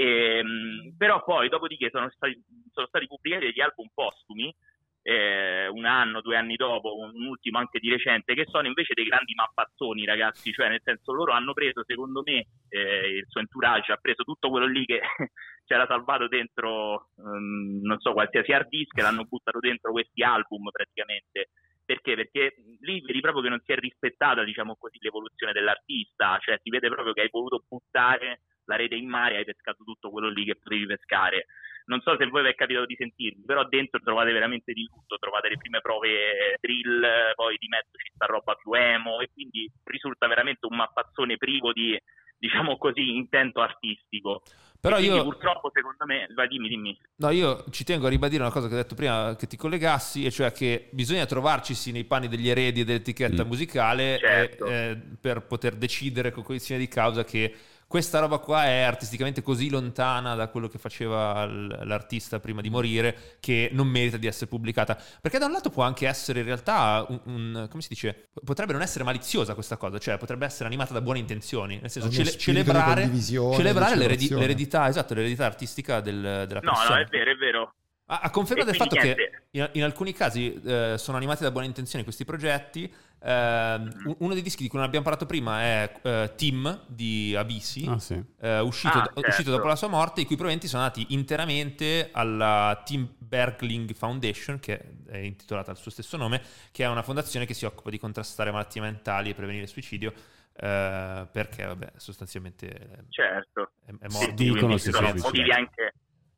Ehm, però poi, dopodiché, sono stati, sono stati pubblicati degli album postumi, eh, un anno, due anni dopo, un un ultimo anche di recente, che sono invece dei grandi mappazzoni, ragazzi. Cioè, nel senso, loro hanno preso, secondo me, eh, il suo entourage, ha preso tutto quello lì che <laughs> c'era salvato dentro, ehm, non so, qualsiasi hard disk, e l'hanno buttato dentro questi album praticamente. Perché? Perché lì vedi proprio che non si è rispettata, diciamo così, l'evoluzione dell'artista, cioè si vede proprio che hai voluto buttare la rete in mare hai pescato tutto quello lì che potevi pescare. Non so se voi vi è capitato di sentirmi, però dentro trovate veramente di tutto, trovate le prime prove eh, drill, eh, poi di mezzo ci sta roba più emo e quindi risulta veramente un mappazzone privo di, diciamo così, intento artistico. Però E quindi io... purtroppo secondo me, vai dimmi, dimmi. No, io ci tengo a ribadire una cosa che ho detto prima che ti collegassi, e cioè che bisogna trovarcisi nei panni degli eredi e dell'etichetta Mm. musicale Certo. eh, eh, per poter decidere con cognizione di causa che questa roba qua è artisticamente così lontana da quello che faceva l- l'artista prima di morire che non merita di essere pubblicata. Perché da un lato può anche essere in realtà un, un- come si dice? Potrebbe non essere maliziosa questa cosa, cioè potrebbe essere animata da buone intenzioni, nel senso Uno cele- spirito di celebrare, condivisione, celebrare di l'eredi- celebrazione. l'eredità, esatto, l'eredità artistica del- della No, persona. no, è vero, è vero. A, a conferma E del fatto quindi che niente. in, in alcuni casi eh, sono animati da buone intenzioni questi progetti. Ehm, Mm-hmm. un- uno dei dischi di cui non abbiamo parlato prima è eh, Tim di Abissi, Ah, sì. eh, uscito, Ah, certo. uscito dopo la sua morte, i cui proventi sono andati interamente alla Tim Bergling Foundation, che è intitolata al suo stesso nome, che è una fondazione che si occupa di contrastare malattie mentali e prevenire il suicidio. eh, perché, vabbè, sostanzialmente eh, Certo. è, è morto. Sì, dicono quindi si ci sia sono suicidato. motivi anche,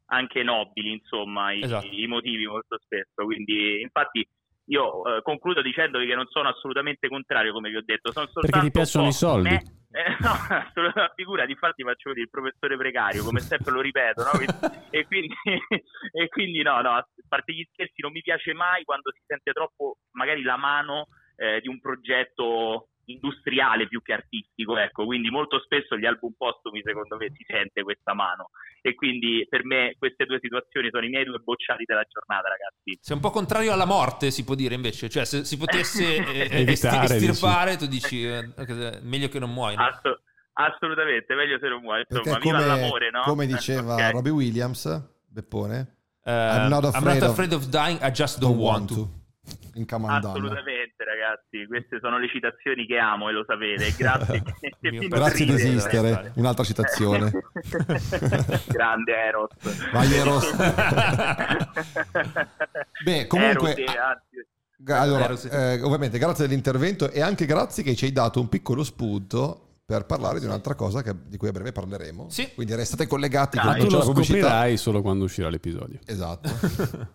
anche nobili, insomma, i, Esatto. i motivi molto spesso. Quindi, infatti, io eh, concludo dicendovi che non sono assolutamente contrario, come vi ho detto. Sono soltanto Perché ti piacciono un po' i soldi. me- eh, <laughs> no, assolutamente, figurati, infatti faccio vedere il professore precario, come sempre lo ripeto, no? <laughs> Quindi- e, quindi, <laughs> e quindi no, no, a parte gli scherzi, non mi piace mai quando si sente troppo magari la mano eh, di un progetto industriale più che artistico, ecco, quindi molto spesso gli album postumi secondo me si sente questa mano e quindi per me queste due situazioni sono i miei due bocciati della giornata ragazzi. Sei un po' contrario alla morte, si può dire invece. Cioè, se si potesse eh, eh, Evitare, esti- estirpare, tu dici eh, eh, meglio che non muoia. Asso- assolutamente, meglio se non muoio, Perché insomma, come, viva l'amore, no? come diceva <laughs> Ok. Robbie Williams, Beppone, Eh, I'm not afraid of- of, dying, I just don't, want to. In Camandana. Assolutamente, ragazzi. Queste sono le citazioni che amo e lo <laughs> sapete. <laughs> Grazie, Mio Grazie di Ride, eh, esistere, dai. un'altra citazione. <laughs> Grande Eros. Vai, <laughs> Eros. Beh, comunque, Eros, eh, anzi, Ga- Allora, Vero, sì. eh, ovviamente grazie dell'intervento e anche grazie che ci hai dato un piccolo spunto per parlare di un'altra cosa che- di cui a breve parleremo. Sì. Quindi restate collegati Dai. Ma quando tu c'è lo la pubblicità. scoprirai solo quando uscirà l'episodio. Esatto.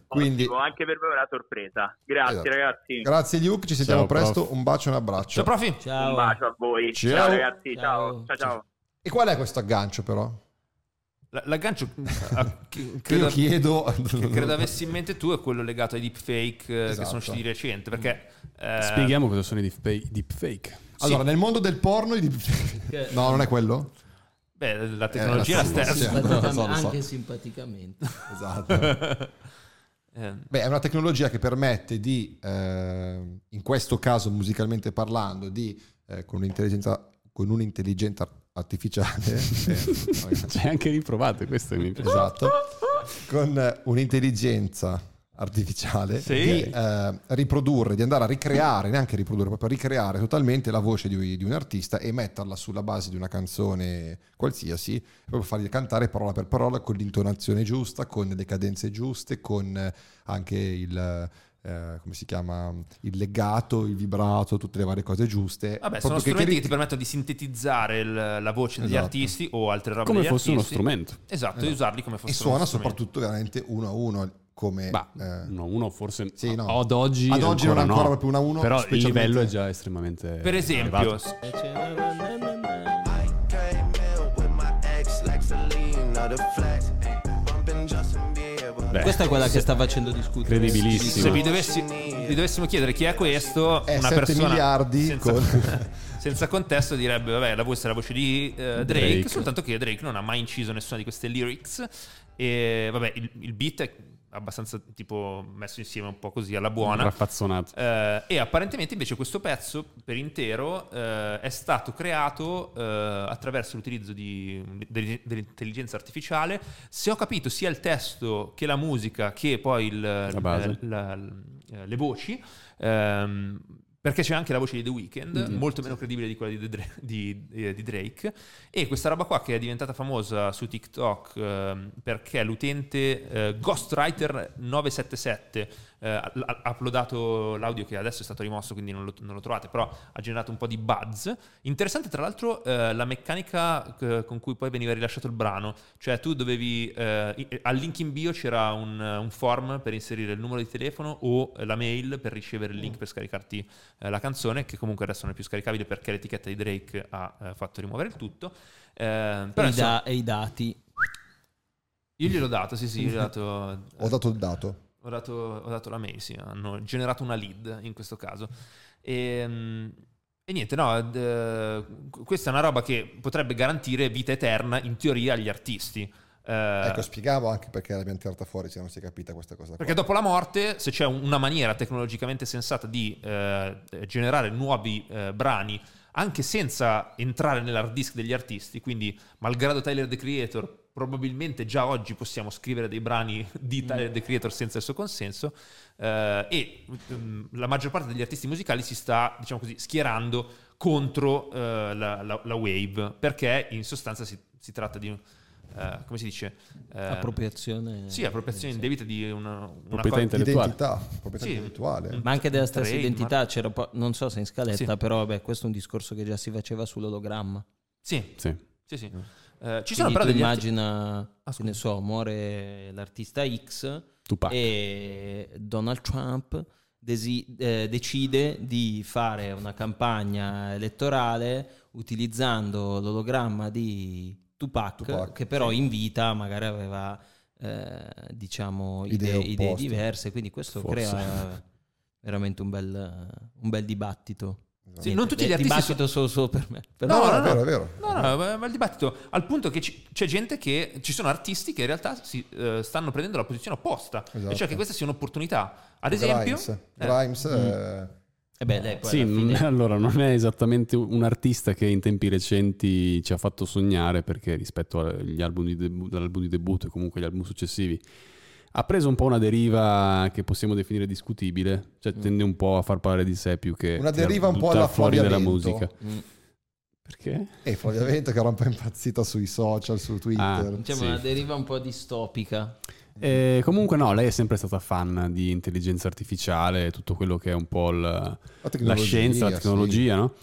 Quindi ottimo, anche per voi è una sorpresa. Grazie, Esatto. ragazzi. grazie Luke, ci sentiamo Ciao, prof. presto, un bacio e un Ciao, abbraccio. Cioè, profi. <laughs> Ciao. Un bacio a voi. Ciao. Ciao, ragazzi. Ciao. Ciao, ciao, ciao. e qual è questo aggancio però? L- <laughs> L'aggancio a- che- Che io credo, chiedo che credo avessi in mente tu è quello legato ai deepfake eh, che Esatto. sono usciti di recente. Perché eh, Spieghiamo cosa sono i deepfake. deepfake. <laughs> Allora, nel mondo del porno i- <laughs> No, non è quello? beh, la tecnologia Eh, è la la stessa. sì. <laughs> Simpaticamente- Lo so, lo so. Anche simpaticamente. Esatto. Eh, <laughs> Beh, è una tecnologia che permette di, eh, in questo caso musicalmente parlando, di, eh, con, un'intelligenza, con un'intelligenza artificiale, <laughs> eh, C'è Cioè, anche riprovato, questo mi piace. esatto, con eh, un'intelligenza artificiale, Sì. di eh, riprodurre, di andare a ricreare, neanche riprodurre, proprio a ricreare totalmente la voce di, di un artista e metterla sulla base di una canzone qualsiasi, proprio fargli cantare parola per parola con l'intonazione giusta, con le cadenze giuste, con eh, anche il... eh, come si chiama il legato, il vibrato, tutte le varie cose giuste. Proprio Vabbè, sono strumenti che, ri- ti permettono di sintetizzare il- la voce degli Esatto. artisti o altre robe Come degli fosse uno artisti. strumento. Esatto, e usarli come fosse Eh e uno suona strumento. soprattutto veramente uno a uno come Bah, eh, uno, a uno forse Sì, no. ad oggi Ad oggi non è ancora proprio uno a uno, però il specialmente- livello è già estremamente Per esempio, elevato. s- Eh, I came in with my ex like Selena, the flex. Bumping Justin Bieber. Beh, Questa è quella che sta facendo discutere. Credibilissimo. se vi, dovessi- vi dovessimo chiedere chi è questo, È una 7 persona Eh, miliardi senza, con- <laughs> senza contesto direbbe, vabbè, la voce è la voce di eh, Drake, Drake. soltanto che Drake non ha mai inciso nessuna di queste lyrics e vabbè, il, il beat è abbastanza tipo messo insieme un po' così alla buona. raffazzonato. Eh, e apparentemente invece questo pezzo per intero eh, è stato creato eh, attraverso l'utilizzo di- de- dell'intelligenza artificiale. Se ho capito sia il testo che la musica che poi il- base. eh, la- eh, le voci, ehm, perché c'è anche la voce di The Weeknd, molto meno credibile di quella di, The Dra- di- eh, di Drake. E questa roba qua che è diventata famosa su TikTok ehm, perché l'utente eh, Ghostwriter 977 eh, ha ha uploadato l'audio che adesso è stato rimosso, quindi non lo, non lo trovate, però ha generato un po' di buzz. Interessante tra l'altro eh, la meccanica eh, con cui poi veniva rilasciato il brano, cioè tu dovevi, eh, i- al link in bio c'era un, eh, un form per inserire il numero di telefono o eh, la mail per ricevere il Mm. link per scaricarti eh, la canzone, che comunque adesso non è più scaricabile perché l'etichetta di Drake ha eh, fatto rimuovere il tutto. Eh, però E i insomma, da- e i dati. io gliel'ho dato, sì sì, gliel'ho dato. <laughs> ho dato il dato Ho dato, ho dato la mail, sì, hanno generato una lead in questo caso. Ehm, E niente, no, eh, questa è una roba che potrebbe garantire vita eterna in teoria agli artisti. Eh, Ecco, spiegavo anche perché l'abbiamo tirata fuori se non si è capita questa cosa. Perché qua. dopo la morte, se c'è una maniera tecnologicamente sensata di eh, generare nuovi eh, brani, anche senza entrare nell'hard disk degli artisti, quindi malgrado Tyler the Creator, probabilmente già oggi possiamo scrivere dei brani di Tyler the Creator senza il suo consenso, eh, e mm, la maggior parte degli artisti musicali si sta, diciamo così, schierando contro eh, la, la- la wave, perché in sostanza si, si tratta di... eh, come si dice? Eh, Appropriazione. sì, Eh, appropriazione Sì. indebita di una, una Proprietà cosa- intellettuale. Identità, proprietà Sì. Mm. intellettuale. Ma anche della stessa Trademark. identità, c'era po- non so se in scaletta, Sì. però vabbè, questo è un discorso che già si faceva sull'ologramma. Sì, Sì. sì, sì. Eh, ci sono Quindi però tu degli Ah, immagina, che scusa. ne so, muore l'artista X Tupac. e Donald Trump desi- eh, decide di fare una campagna elettorale utilizzando l'ologramma di Tupac, Tupac, che però in vita magari aveva eh, diciamo idee, Idee idee opposte. diverse, quindi questo Forse. crea veramente un bel, un bel dibattito. Sì, non tutti gli eh, artisti dibattito solo, solo per me. per No, No, no, è no. Esatto. vero, è vero. No, no, ma ma il dibattito al punto che ci- c'è gente che ci sono artisti che in realtà si, eh, stanno prendendo la posizione opposta, e cioè Esatto. che questa sia un'opportunità. Ad esempio, Grimes, eh, Grimes, eh, Eh beh, lei poi Sì, mm. alla non fine- è- allora non è esattamente un artista che in tempi recenti ci ha fatto sognare perché rispetto agli album di, debu- all'album di debutto e comunque agli album successivi ha preso un po' una deriva che possiamo definire discutibile, cioè Mm. tende un po' a far parlare di sé più che Una tirar- deriva un po' buttar alla fuori della Flavia Vento. musica. Mm. Perché? e Flavia Vento che era un po' impazzita sui social, Ah, su Twitter. cioè, Diciamo Sì. una deriva un po' distopica. Eh, comunque no, lei è sempre stata fan di intelligenza artificiale, tutto quello che è un po' il, la tecnologia, scienza, la sì. tecnologia, no?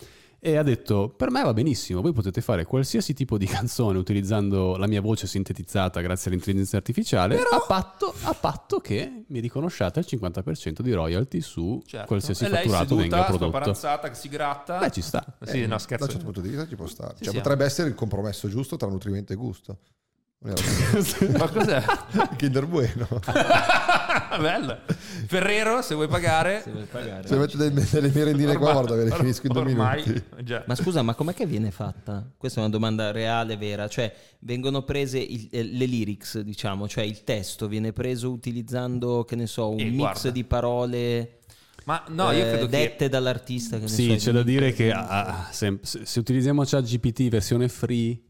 E ha detto, per me va benissimo, voi potete fare qualsiasi tipo di <laughs> canzone utilizzando la mia voce sintetizzata grazie all'intelligenza artificiale, a, patto, a patto che mi riconosciate il 50% di royalty su certo. qualsiasi e lei fatturato venga seduta, prodotto. spaparanzata, che si gratta. Eh, Beh, ci sta. sì, no, Da un scherzo. certo punto di vista ci può stare. Sì, Cioè, sì. potrebbe essere il compromesso giusto tra nutrimento e gusto. <laughs> Non era- <laughs> Ma cos'è? <laughs> Kinder Bueno. Ah, Bello. Ferrero, se vuoi pagare. se vuoi pagare. Se mettete Cioè, delle, delle merendine qua, guarda, ve le finisco in due ormai, minuti. Già. Ma scusa, ma com'è che viene fatta? Questa è una domanda reale, vera. Cioè, vengono prese il- eh, le lyrics, diciamo, cioè il testo viene preso utilizzando, che ne so, un Eh, mix guarda. di parole Ma no, io eh, credo che... dette dall'artista. Che ne Sì, so, c'è di- da dire che ah, se, se utilizziamo ChatGPT versione free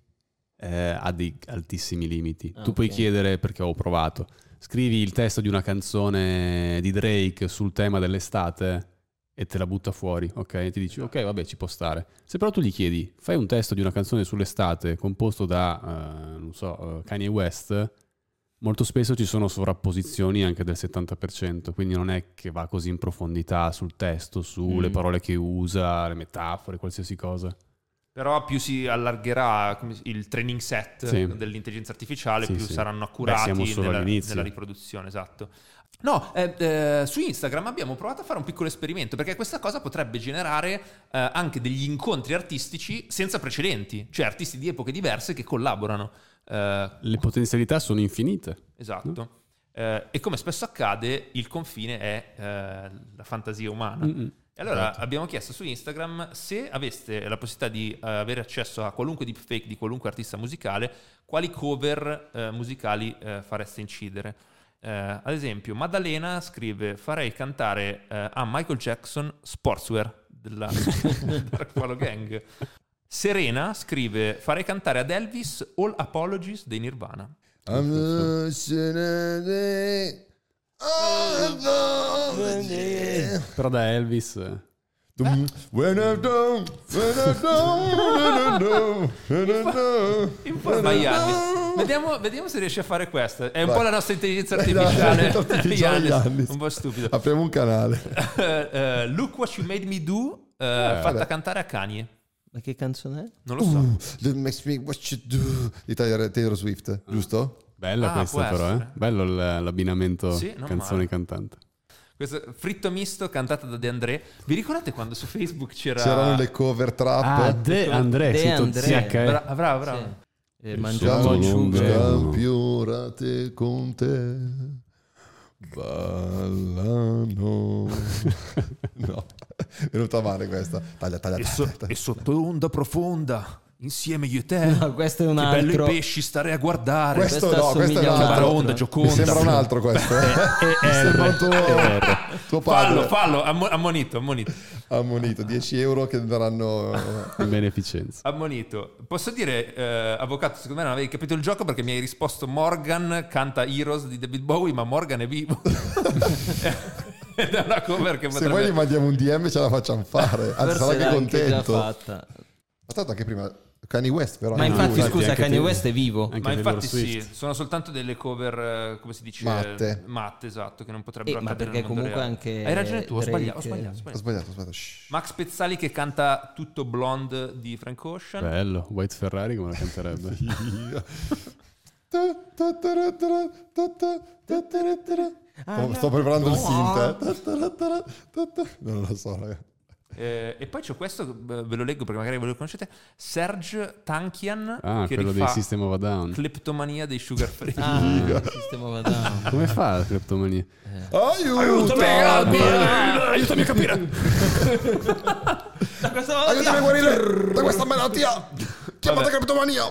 eh, ha dei altissimi limiti. Ah, tu puoi ok. chiedere, perché ho provato, scrivi il testo di una canzone di Drake sul tema dell'estate e te la butta fuori, ok? E ti dici, ok, vabbè, ci può stare. Se però tu gli chiedi, fai un testo di una canzone sull'estate composto da, eh, non so, eh, Kanye West, molto spesso ci sono sovrapposizioni anche del 70%, quindi non è che va così in profondità sul testo, sulle Mm. parole che usa, le metafore, qualsiasi cosa. Però più si allargherà come si- il training set Sì. dell'intelligenza artificiale, Sì, più sì. saranno accurati Beh, siamo solo nella, all'inizio. nella riproduzione, esatto. No, eh, eh, su Instagram abbiamo provato a fare un piccolo esperimento perché questa cosa potrebbe generare eh, anche degli incontri artistici senza precedenti, cioè artisti di epoche diverse che collaborano. Eh, Le potenzialità sono infinite. esatto. Mm. Eh, e come spesso accade, il confine è eh, la fantasia umana. Mm-mm. E allora abbiamo chiesto su Instagram se aveste la possibilità di eh, avere accesso a qualunque deepfake di qualunque artista musicale, quali cover eh, musicali eh, fareste incidere. Eh, ad esempio, Maddalena scrive: Farei cantare eh, a Michael Jackson Sportswear della <laughs> Dark Follow Gang. Serena scrive: Farei cantare ad Elvis All Apologies dei Nirvana. Unfortunately, unfortunately. Però da Elvis... eh, Dum, when I don't, when I don't, when I don't, when I don't. Un po' sbagliati. Vediamo, vediamo se riesce a fare questa. È un Vai. po' la nostra intelligenza Dai, dai, artificiale. artificiale Yannis. Yannis. Un po' stupido. Apriamo un canale. Eh, eh, Look What You Made Me Do, eh, fatta vabbè. Uh. cantare a Kanye. Ma che canzone è? Non lo so. That makes me what you do. Di Taylor, Taylor Swift, giusto? Bella Ah, questa può però, eh? essere. Bello l- l'abbinamento Sì, non male. canzone-cantante. Questo fritto misto cantata da De André. Vi ricordate quando su Facebook c'era... C'erano le cover trap. Ah, De André, De sì, to- André. CH. Eh. Bra- ah, bravo, bravo. Sì. Eh, Il mangiamo sogno il lungo. sugo. Campionate con te ballano no venuta male questa. Taglia, taglia, E, taglia. so- taglia. e sotto onda profonda, insieme io e te. No, questo è un che bello altro. i pesci stare a guardare. questo, questo no, questo è assomiglia a un una altro. Baronda, Mi Gioconda. sembra un altro questo. eh? Mi sembra un tuo, tuo fallo, padre fallo, ammo- ammonito, ammonito. ammonito. 10 euro che daranno... eh, in beneficenza. Ammonito. Posso dire, eh, avvocato, secondo me non avevi capito il gioco perché mi hai risposto Morgan canta Heroes di David Bowie, ma Morgan è <laughs> vivo. Ed è una cover che Se poi gli potrebbe... mandiamo un DM ce la facciamo fare. Anzi, Forse sarà l'ha anche anche già contento. fatta. Aspetta anche prima... Kanye West però. Ma anche infatti, lui. infatti, scusa, anche Kanye te- West è vivo. anche Ma Taylor infatti sì, Swift. sono soltanto delle cover, eh, come si dice? Matte. Matte, esatto, che non Eh, potrebbero ma accadere perché nel mondo comunque anche. reale. Hai ragione tu, ho Drake- sbagliato, ho sbagliato, ho Ho sbagliato. sbagliato, aspetta. shh. <laughs> Max Pezzali che canta Tutto Blonde di Frank Ocean. Bello, White Ferrari come la <laughs> canterebbe. Oh, Sto, sto preparando il synth. eh. Non lo so, raga. Eh, e poi c'è questo, eh, ve lo leggo perché magari ve lo conoscete, Serge Tankian Ah, che quello rifà dei System of a Down. Cleptomania dei Sugar Free. Ah, sistema va down. Come fa la <laughs> criptomania? Aiuto! aiutami a capire. Da questa Aiutami malattia- a guarire da questa malattia! Chiamata Vabbè. criptomania!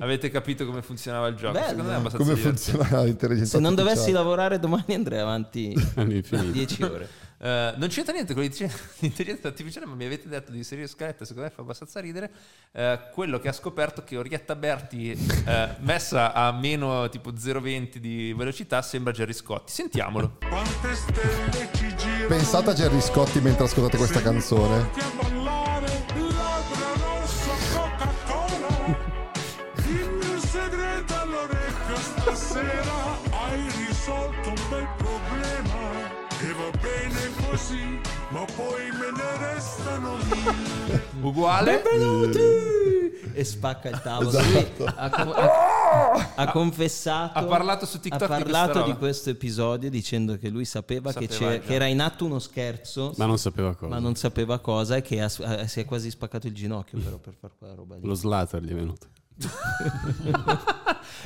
Avete capito come funzionava il gioco? Bello. Secondo me è abbastanza Come divertente. funziona l'intelligenza Se non dovessi artificiale? lavorare domani andrei avanti All'infinito. 10 ore. Eh, non c'entra niente con l'intelligenza <laughs> l'intelligenza artificiale, ma mi avete detto di serie scaletta, secondo me fa abbastanza ridere. Eh, quello che ha scoperto che Orietta Berti, eh, messa a meno tipo 0,20 di velocità, sembra Gerry Scotti. Sentiamolo. Quante stelle ci girano Pensate a Gerry Scotti mentre ascoltate questa canzone. a ballare, labbra rossa, Coca-Cola. Dimmi un segreto all'orecchio stasera, hai risolto un bel problema. E va bene così, ma poi me ne restano lì. Uguale. Benvenuti! E spacca il tavolo. Esatto. Lui ha, co- ha- ha confessato. Ha parlato su TikTok ha di questa parlato roba. di questo episodio dicendo che lui sapeva, che, Sapeva c'era- già. che era in atto uno scherzo, Ma non sapeva cosa. ma non sapeva cosa e che ha- ha- si è quasi spaccato il ginocchio però per fare quella roba lì. Lo slatter gli è venuto.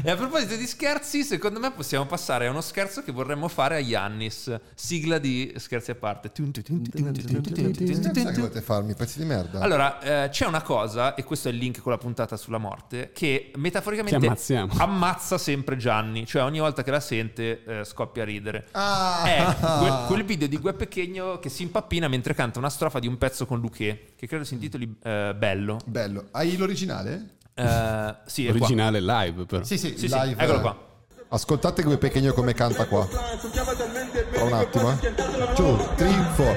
E a proposito di scherzi, secondo me possiamo passare a uno scherzo che vorremmo fare a Yannis. Sigla di scherzi a parte. Sai che volete farmi? Pezzi di merda. Esatto. Allora, eh, c'è una cosa, e questo è il link con la puntata sulla morte, che Ti metaforicamente ammazziamo. ammazza sempre Gianni, cioè ogni volta che la sente eh, scoppia a ridere. Ah! È que- quel video di Gue Pechegno che si impappina mentre canta una strofa di un pezzo con Luché, che credo si intitoli eh, Bello. Bello. Hai l'originale? Eh, sì, è qua. Originale live però. sì, Sì, sì, eccolo qua. Ascoltate come Pechegno come canta qua. Tra un attimo, eh. Two, three, four.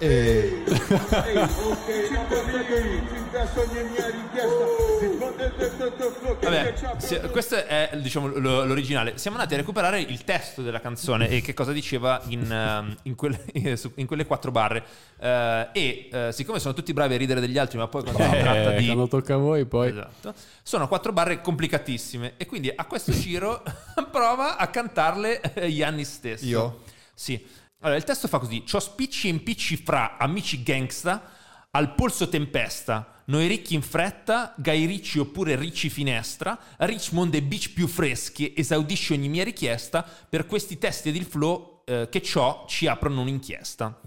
E... Vabbè, se- questo è diciamo, lo- l'originale. Siamo andati a recuperare il testo della canzone e che cosa diceva in, ehm, in quelle, <laughs> eh, su- in quelle quattro barre. Eh, e eh, siccome sono tutti bravi a ridere degli altri, ma poi quando si tratta Eh, di. quando tocca a voi poi... Esatto. Sono quattro barre complicatissime. E quindi a questo giro <laughs> prova a cantarle eh, Gianni stesso. Io? Sì. Allora, il testo fa così: C'ho spicci e impicci fra amici gangsta, al polso tempesta, noi ricchi in fretta, gai ricci oppure ricci finestra, Richmond e beach più freschi, esaudisci ogni mia richiesta, per questi testi ed il flow eh, che ciò ci aprono un'inchiesta.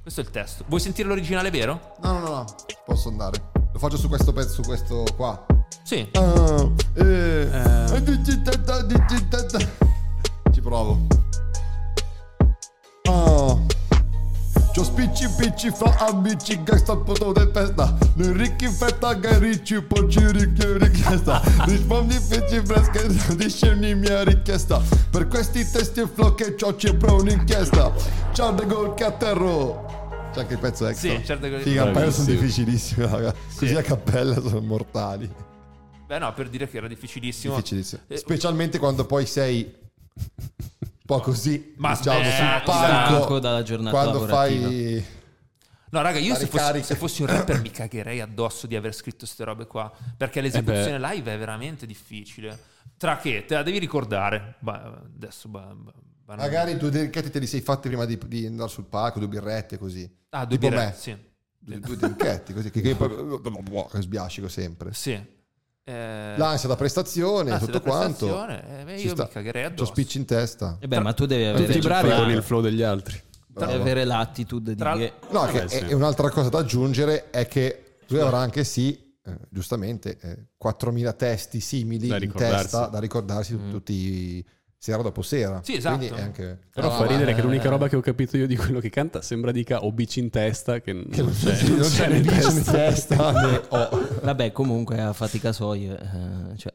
Questo è il testo. Vuoi sentire l'originale vero? No, no, no, no. Posso andare. Lo faccio su questo pezzo, su questo qua. Sì. Ah, eh. Ci provo. Ah. C'ho spicci picci fra amici gangsta poto de festa Noi ricchi in fetta che ricci porci ricchi in richiesta Rispondi picci fresche dice ogni mia richiesta Per questi testi e flow che ciò c'è pro un'inchiesta Ciao De Gol che atterro C'è anche il pezzo extra Sì, certo che- Figa, poi sono Bravissimo. difficilissimi raga Così a cappella sono mortali Beh, no, per dire che era difficilissimo. Difficilissimo. Eh, Specialmente quando poi sei un po' così, Ma eh, diciamo, smettila. sul palco Stanco dalla giornata quando lavorativa. fai No, raga, io La se fossi, ricarica. se fossi <coughs> un rapper mi cagherei addosso di aver scritto queste robe qua. Perché l'esecuzione Eh live è veramente difficile. Tra che te la devi ricordare. Ba- adesso. ba- ba- banalmente. magari due delincati te li sei fatti prima di, di andare sul palco, due birrette così. Ah, due tipo birre, me. sì. <laughs> Due, due delincati così che, che poi che sbiascico sempre. Sì. eh, L'ansia da prestazione, anzi, tutto la quanto. prestazione, eh, beh, Ci io sta. mi cagherei C'ho addosso. spicci in testa. E Eh beh, ma tu devi avere, Tutti bravi cioè, con il flow degli altri. devi avere l'attitude di... Tra- che- <laughs> No, che Vabbè, Eh sì. è- è un'altra cosa da aggiungere è che lui avrà anche sì, eh, giustamente, eh, 4.000 testi simili Da in ricordarsi. testa da ricordarsi Mm. tutti sera dopo sera. Sì, esatto. Quindi è anche... Però Ah, fa ma- ridere eh, che l'unica eh. roba che ho capito io di quello che canta sembra dica ho bici in testa, che non che non c'è, c'è, non c'è nel né bici né testo. testa né ho. oh. Vabbè, comunque a fatica soie. eh, cioè.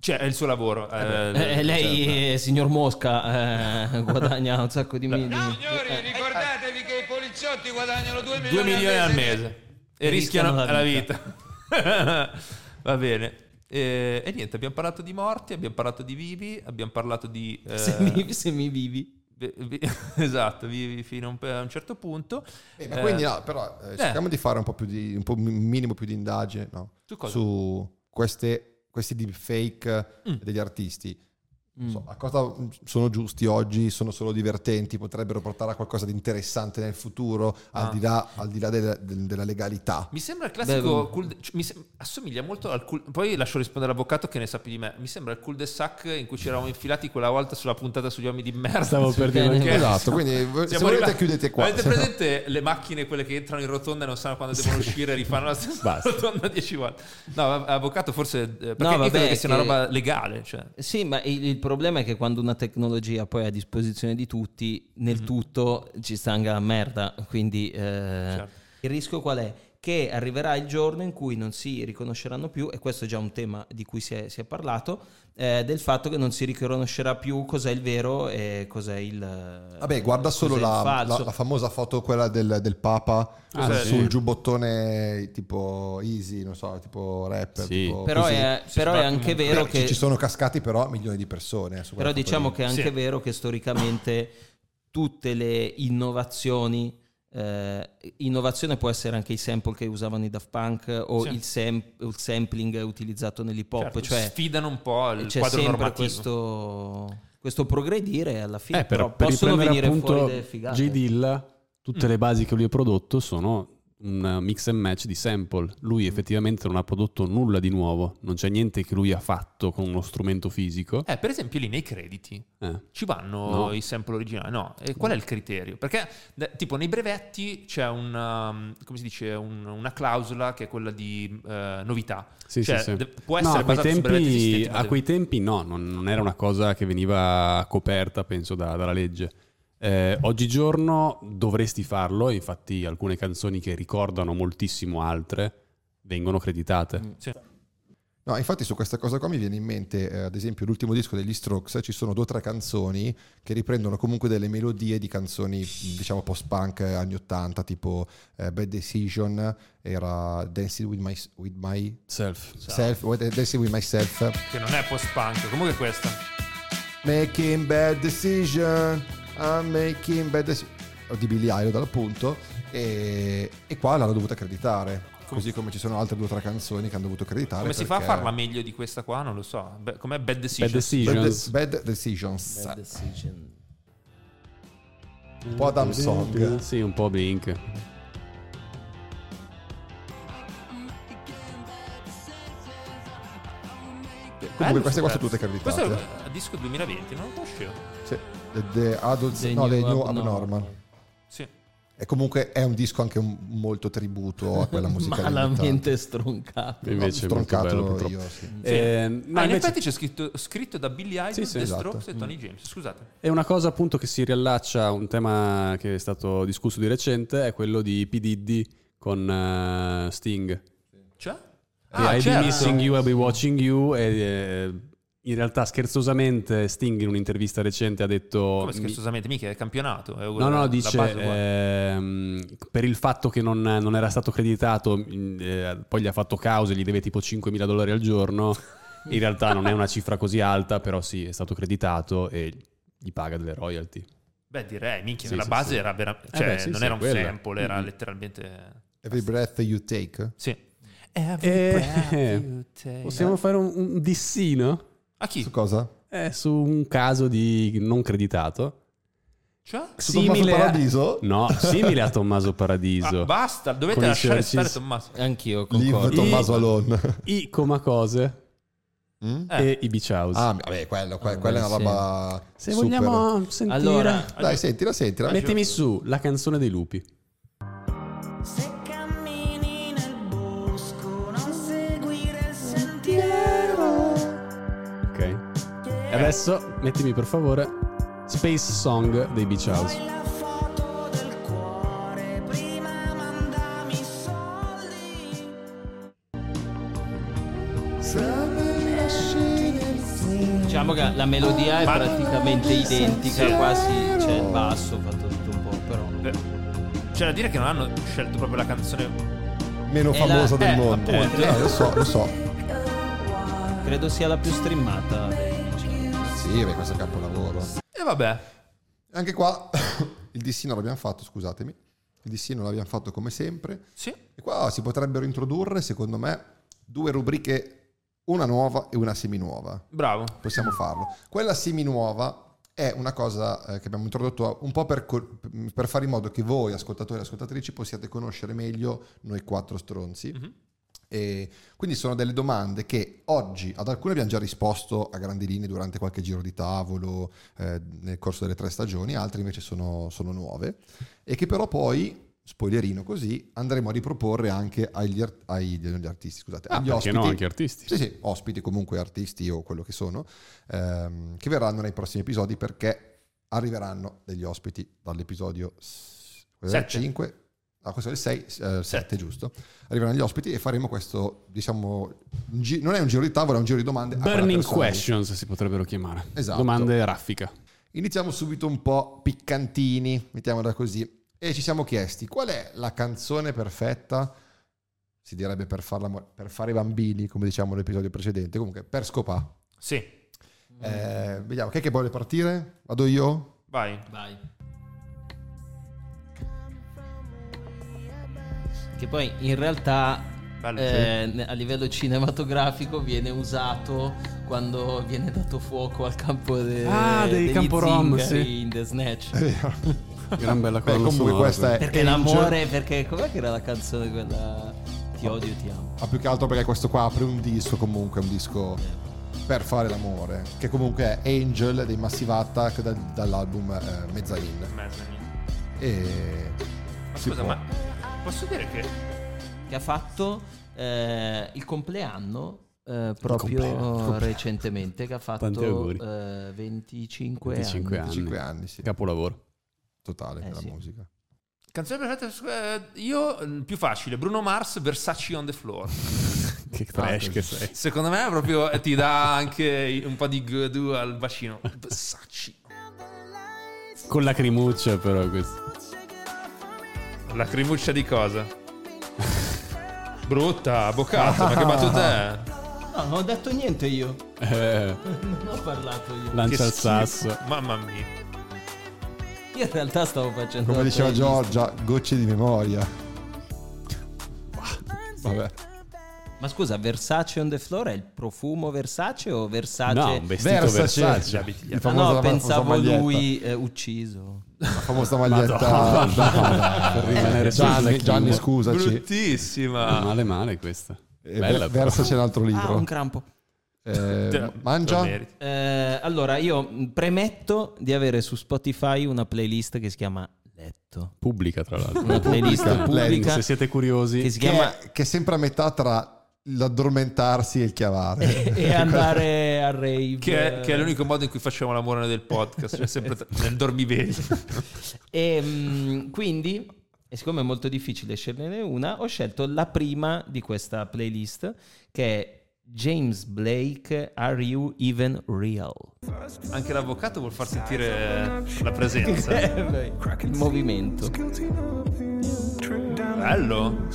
Cioè, è il suo lavoro. eh, Eh, lei, certo. eh, signor Mosca, eh, <laughs> guadagna un sacco di milioni. Signori, Eh, ricordatevi che i poliziotti guadagnano 2 milioni, Due milioni al mese. E, rischiano, la vita. <laughs> Va bene. Eh, E, niente, abbiamo parlato di morti, abbiamo parlato di vivi, abbiamo parlato di... eh, Se, mi, se mi vivi. vi- vi- <laughs> esatto, vivi fino a un, a un certo punto. Eh, ma Eh, quindi no, però eh, cerchiamo di fare un po' più di un, po' mi- minimo più di indagine no? Su cosa? su queste, questi deepfake Mm. degli artisti. Mm. Non so, a cosa sono giusti oggi? Sono solo divertenti? Potrebbero portare a qualcosa di interessante nel futuro, Ah. al di là, al di là della, del- della legalità? Mi sembra il classico... Beh, cul- cioè, mi sem- assomiglia molto al... cul- poi lascio rispondere all'avvocato che ne sa più di me. Mi sembra il cul de sac in cui ci eravamo infilati quella volta sulla puntata sugli uomini di merda. <laughs> Cioè, Stavo per Perché- dire anche Che- Esatto, quindi se Siamo volete arrivati- chiudete qua. Avete se no- presente le macchine, quelle che entrano in rotonda e non sanno quando devono uscire e rifanno <laughs> la stessa Basta. rotonda dieci volte? No, av- avvocato forse... eh, Perché No, io vabbè, credo che sia una che- roba legale, cioè... Sì, ma il, il problema è che quando una tecnologia poi è a disposizione di tutti, nel Mm-hmm. tutto ci sta anche la merda. Quindi eh, Certo. il rischio qual è? Che arriverà il giorno in cui non si riconosceranno più, e questo è già un tema di cui si è, si è parlato, eh, del fatto che non si riconoscerà più cos'è il vero e cos'è il... Vabbè, guarda solo cos'è il la, falso. la- la famosa foto, quella del, del Papa Ah, sul, sì. sul giubbottone tipo easy, non so, tipo rapper. Sì. tipo però così. è, si però è sbatte anche comunque. vero Beh, che ci sono cascati però milioni di persone. eh, su però quella foto diciamo lì. che è anche Sì. vero che storicamente tutte le innovazioni eh, innovazione può essere anche i sample che usavano i Daft Punk o Sì. il, sam- il sampling utilizzato nell'hip hop Certo, cioè sfidano un po' il c'è quadro sempre normativo. questo questo progredire e alla fine Eh, per, però per possono riprendere venire appunto fuori delle figate J. Dilla, tutte le basi che lui ha prodotto sono un eh, mix and match di sample. Lui effettivamente non ha prodotto nulla di nuovo, non c'è niente che lui ha fatto con uno strumento fisico. Eh, per esempio lì nei crediti Eh. ci vanno No. i sample originali, no? E qual è il criterio? Perché da- tipo nei brevetti c'è un, um, come si dice, un- una clausola che è quella di eh, novità. Sì, Cioè, sì, sì. de- può No, essere a quei, basato su brevetti tempi, esistenti, ma a deve- quei tempi no, non, non era una cosa che veniva coperta, penso, da- dalla legge. Eh, oggigiorno dovresti farlo, infatti alcune canzoni che ricordano moltissimo altre vengono creditate. Mm, Sì. No, infatti su questa cosa qua mi viene in mente, eh, ad esempio, l'ultimo disco degli Strokes, eh, ci sono due o tre canzoni che riprendono comunque delle melodie di canzoni, mh, diciamo, post-punk eh, anni 80, tipo eh, Bad Decision, era Dancing with, my, with Self. Myself, o Dancing with Myself, Che non è post-punk, comunque è questa. Making Bad Decision, I'm Making Bad Decision, di Billy Idol appunto, e, e qua l'hanno dovuta creditare. Così come ci sono altre due o tre canzoni che hanno dovuto creditare. Come si fa a perché- farla meglio di questa qua? Non lo so. Beh, com'è Bad Decision? Bad Bad, Decisions. Bad Decisions. Bad decision. Un po' Adam Song. Sì, un po' Blink. Comunque Bello queste qua sto sono tutte pezzo. creditate. cioè. Questo è un disco 2020, non lo conoscevo. Sì. The, the Adults, The no, New The New Abnormal. Abnormal. Sì. E comunque è un disco anche un- molto tributo a <laughs> Oh, quella musicalità. malamente stroncato No, Invece è molto stroncato bello, purtroppo. io, sì. Sì. Eh, no, Ah, in invece- effetti c'è scritto, scritto da Billy Idol, Sì, Mm. sì, The esatto. Strokes e Tony James. Scusate. E una cosa appunto che si riallaccia a un tema che è stato discusso di recente è quello di P. Diddy con eh, Sting. Cioè? Ah, I'll certo. be missing you, I'll be watching you. E, eh, in realtà, scherzosamente, Sting in un'intervista recente ha detto: Come scherzosamente, mica è campionato. È No, no, la dice eh, base uguale. ehm, per il fatto che non, non era stato creditato, mh, eh, poi gli ha fatto cause, gli deve tipo 5.000 dollari al giorno. In realtà non è una cifra così alta, però sì, è stato creditato e gli paga delle royalty. Beh, direi, minchia, Sì, la sì, base sì. era veramente... Eh Cioè, beh, sì, non sì, era un quella. Mm-hmm. sample, era Mm-mm. letteralmente... Every Breath You Take. Sì. Eh, Eh. Possiamo fare un, un dissino A chi? Su cosa? eh, su un caso di non creditato. Cioè? Su Tommaso Simile a- Paradiso? No, simile a Tommaso Ah, Paradiso. basta, dovete Con i lasciare Churchill. stare Tommaso. Anch'io Live concordo. Tommaso Alon. I Comacose Mm? Eh. e i Beach House. Ah, vabbè, quello, que- Ah, quella è beh, una sì. roba Se super. vogliamo sentire... Allora, Dai, sentila, sentila. Mettimi su la canzone dei lupi. Se cammini nel bosco, non seguire il sentiero. Ok. E adesso mettimi per favore Space Song dei Beach House. Fai la foto del cuore, prima mandami i soldi. Diciamo che la melodia è Ma- praticamente identica, Sì. quasi c'è il basso fatto tutto un po', però Beh, C'è da dire che non hanno scelto proprio la canzone. Meno È famosa la- del eh, mondo. appunto. Eh, lo so, lo so. credo sia la più streamata. diciamo. Sì, beh, questo è capolavoro. E vabbè. Anche qua <coughs> il DC non l'abbiamo fatto, scusatemi. Il DC non l'abbiamo fatto come sempre. Sì. E qua si potrebbero introdurre, secondo me, due rubriche, una nuova e una seminuova. Bravo. possiamo farlo. Quella seminuova è una cosa eh, che abbiamo introdotto un po' per, co- per fare in modo che voi, ascoltatori e ascoltatrici, possiate conoscere meglio noi quattro stronzi. Mhm. E quindi sono delle domande che oggi ad alcune abbiamo già risposto a grandi linee durante qualche giro di tavolo eh, nel corso delle tre stagioni, altre invece sono, sono nuove e che però poi, spoilerino così, andremo a riproporre anche agli, ar- agli- agli artisti, scusate, agli Ah, perché ospiti. no, anche artisti. Sì, sì, ospiti, comunque artisti o quello che sono, ehm, che verranno nei prossimi episodi perché arriveranno degli ospiti dall'episodio s- cos'è? Sette. 5. Ah, questo è il 6, Sette. 7 giusto. Arriveranno gli ospiti e faremo questo, diciamo, un gi- non è un giro di tavola, è un giro di domande. a quella Burning persona lì. questions si potrebbero chiamare. Esatto. Domande raffica. Iniziamo subito un po' piccantini, mettiamola così. E ci siamo chiesti qual è la canzone perfetta, si direbbe per, farla mo- per fare i bambini, come diciamo nell'episodio precedente, comunque per scopà. Sì. Eh, vediamo, chi è che vuole partire? Vado io? Vai. Vai. Che poi in realtà Bello, eh, ne- a livello cinematografico viene usato quando viene dato fuoco al campo de- Ah, dei degli campo rom, zingari sì. Eh, in The Snatch. <laughs> Gran bella Beh, colonna comunque sonora, questa è... Perché Angel. l'amore, perché com'è che era la canzone quella? Ti odio, ti amo. Ma Ah, più che altro perché questo qua apre un disco comunque, un disco per fare l'amore, che comunque è Angel dei Massive Attack da- dall'album eh, Mezzanine. Mezzanine. E... Ma si scusa, può. ma posso dire che Che ha fatto eh, il compleanno eh, proprio compleanno, il compleanno. recentemente, che ha Tanti fatto auguri. eh, 25, 25 anni. anni. 5 anni, sì, Capolavoro. totale per Eh, la sì. musica. Canzone perfetta, eh, io mm, più facile, Bruno Mars, Versace on the floor. Che trash Ah, che sei. Secondo me proprio eh, ti dà anche un po' di godu al bacino. Versace. Con la crimuccia però questo. La crimuccia di cosa? Brutta, boccata, ma che battuta è? No, non ho detto niente io. Eh, <laughs> Non ho parlato io. lancia il schifo. sasso. Mamma mia. Io in realtà stavo facendo. Come la diceva playlist. Giorgia, gocce di memoria. Vabbè. Ma scusa, Versace on the floor è il profumo Versace o Versace? No, un vestito Versace. Versace. Il Ah, famoso- no, la famosa pensavo maglietta. lui eh, ucciso. La famosa maglietta. <laughs> Per rimanere sul Gianni, Black Gianni, Mirror. scusaci. Bruttissima. Male male questa. Eh, Bella però. Versace un altro Ah, un libro. crampo. Eh, Te- te mangia? lo meriti. Eh, allora, io mh, premetto di avere su Spotify una playlist che si chiama Letto. Pubblica tra l'altro. Una playlist pubblica Se siete che curiosi. si che, chiama che è sempre a metà tra l'addormentarsi e il chiavare. E andare a rave. Che, è- che è l'unico modo in cui facciamo l'amore del podcast, cioè sempre <laughs> tra- nel dormiveglio. E mm, quindi, e siccome è molto difficile sceglierne una, ho scelto la prima di questa playlist che è James Blake, Are You Even Real? Anche l'avvocato vuol far sentire la presenza. Il movimento. Bello.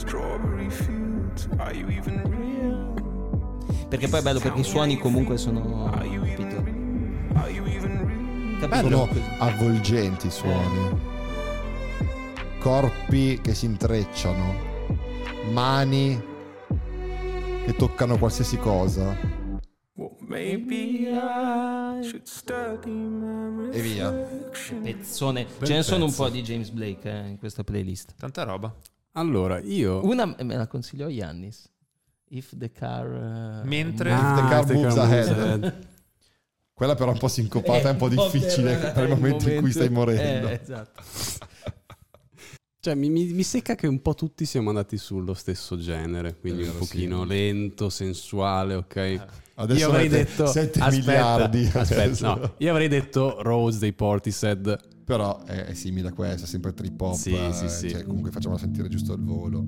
Perché poi è bello perché i suoni comunque sono... Capito? Capito? Sono avvolgenti i suoni. Corpi che si intrecciano. Mani che toccano qualsiasi cosa. Maybe I should study my E via. Pezzone. Bel Ce ne sono un pezzo. po' di James Blake eh, in questa playlist. Tanta roba. Allora, io... Una me la consigliò Yannis. If the car. eh, Mentre- moves- the car the moves ahead. ahead. Quella però è un po' sincopata, <laughs> è un po' Eh, difficile per- per il momento in cui stai momento- morendo. Eh, esatto. Cioè, mi, mi- mi secca che un po' tutti siamo andati sullo stesso genere, quindi È vero, un pochino Eh, sì. Eh, lento, sensuale, ok? Adesso io avrei avete detto... 7 aspetta, miliardi. Aspetta, no. Io avrei detto Rose dei Portishead, Però è, è simile a questo, è sempre trip hop. Sì, eh, sì, sì. cioè, comunque facciamola sentire giusto al volo.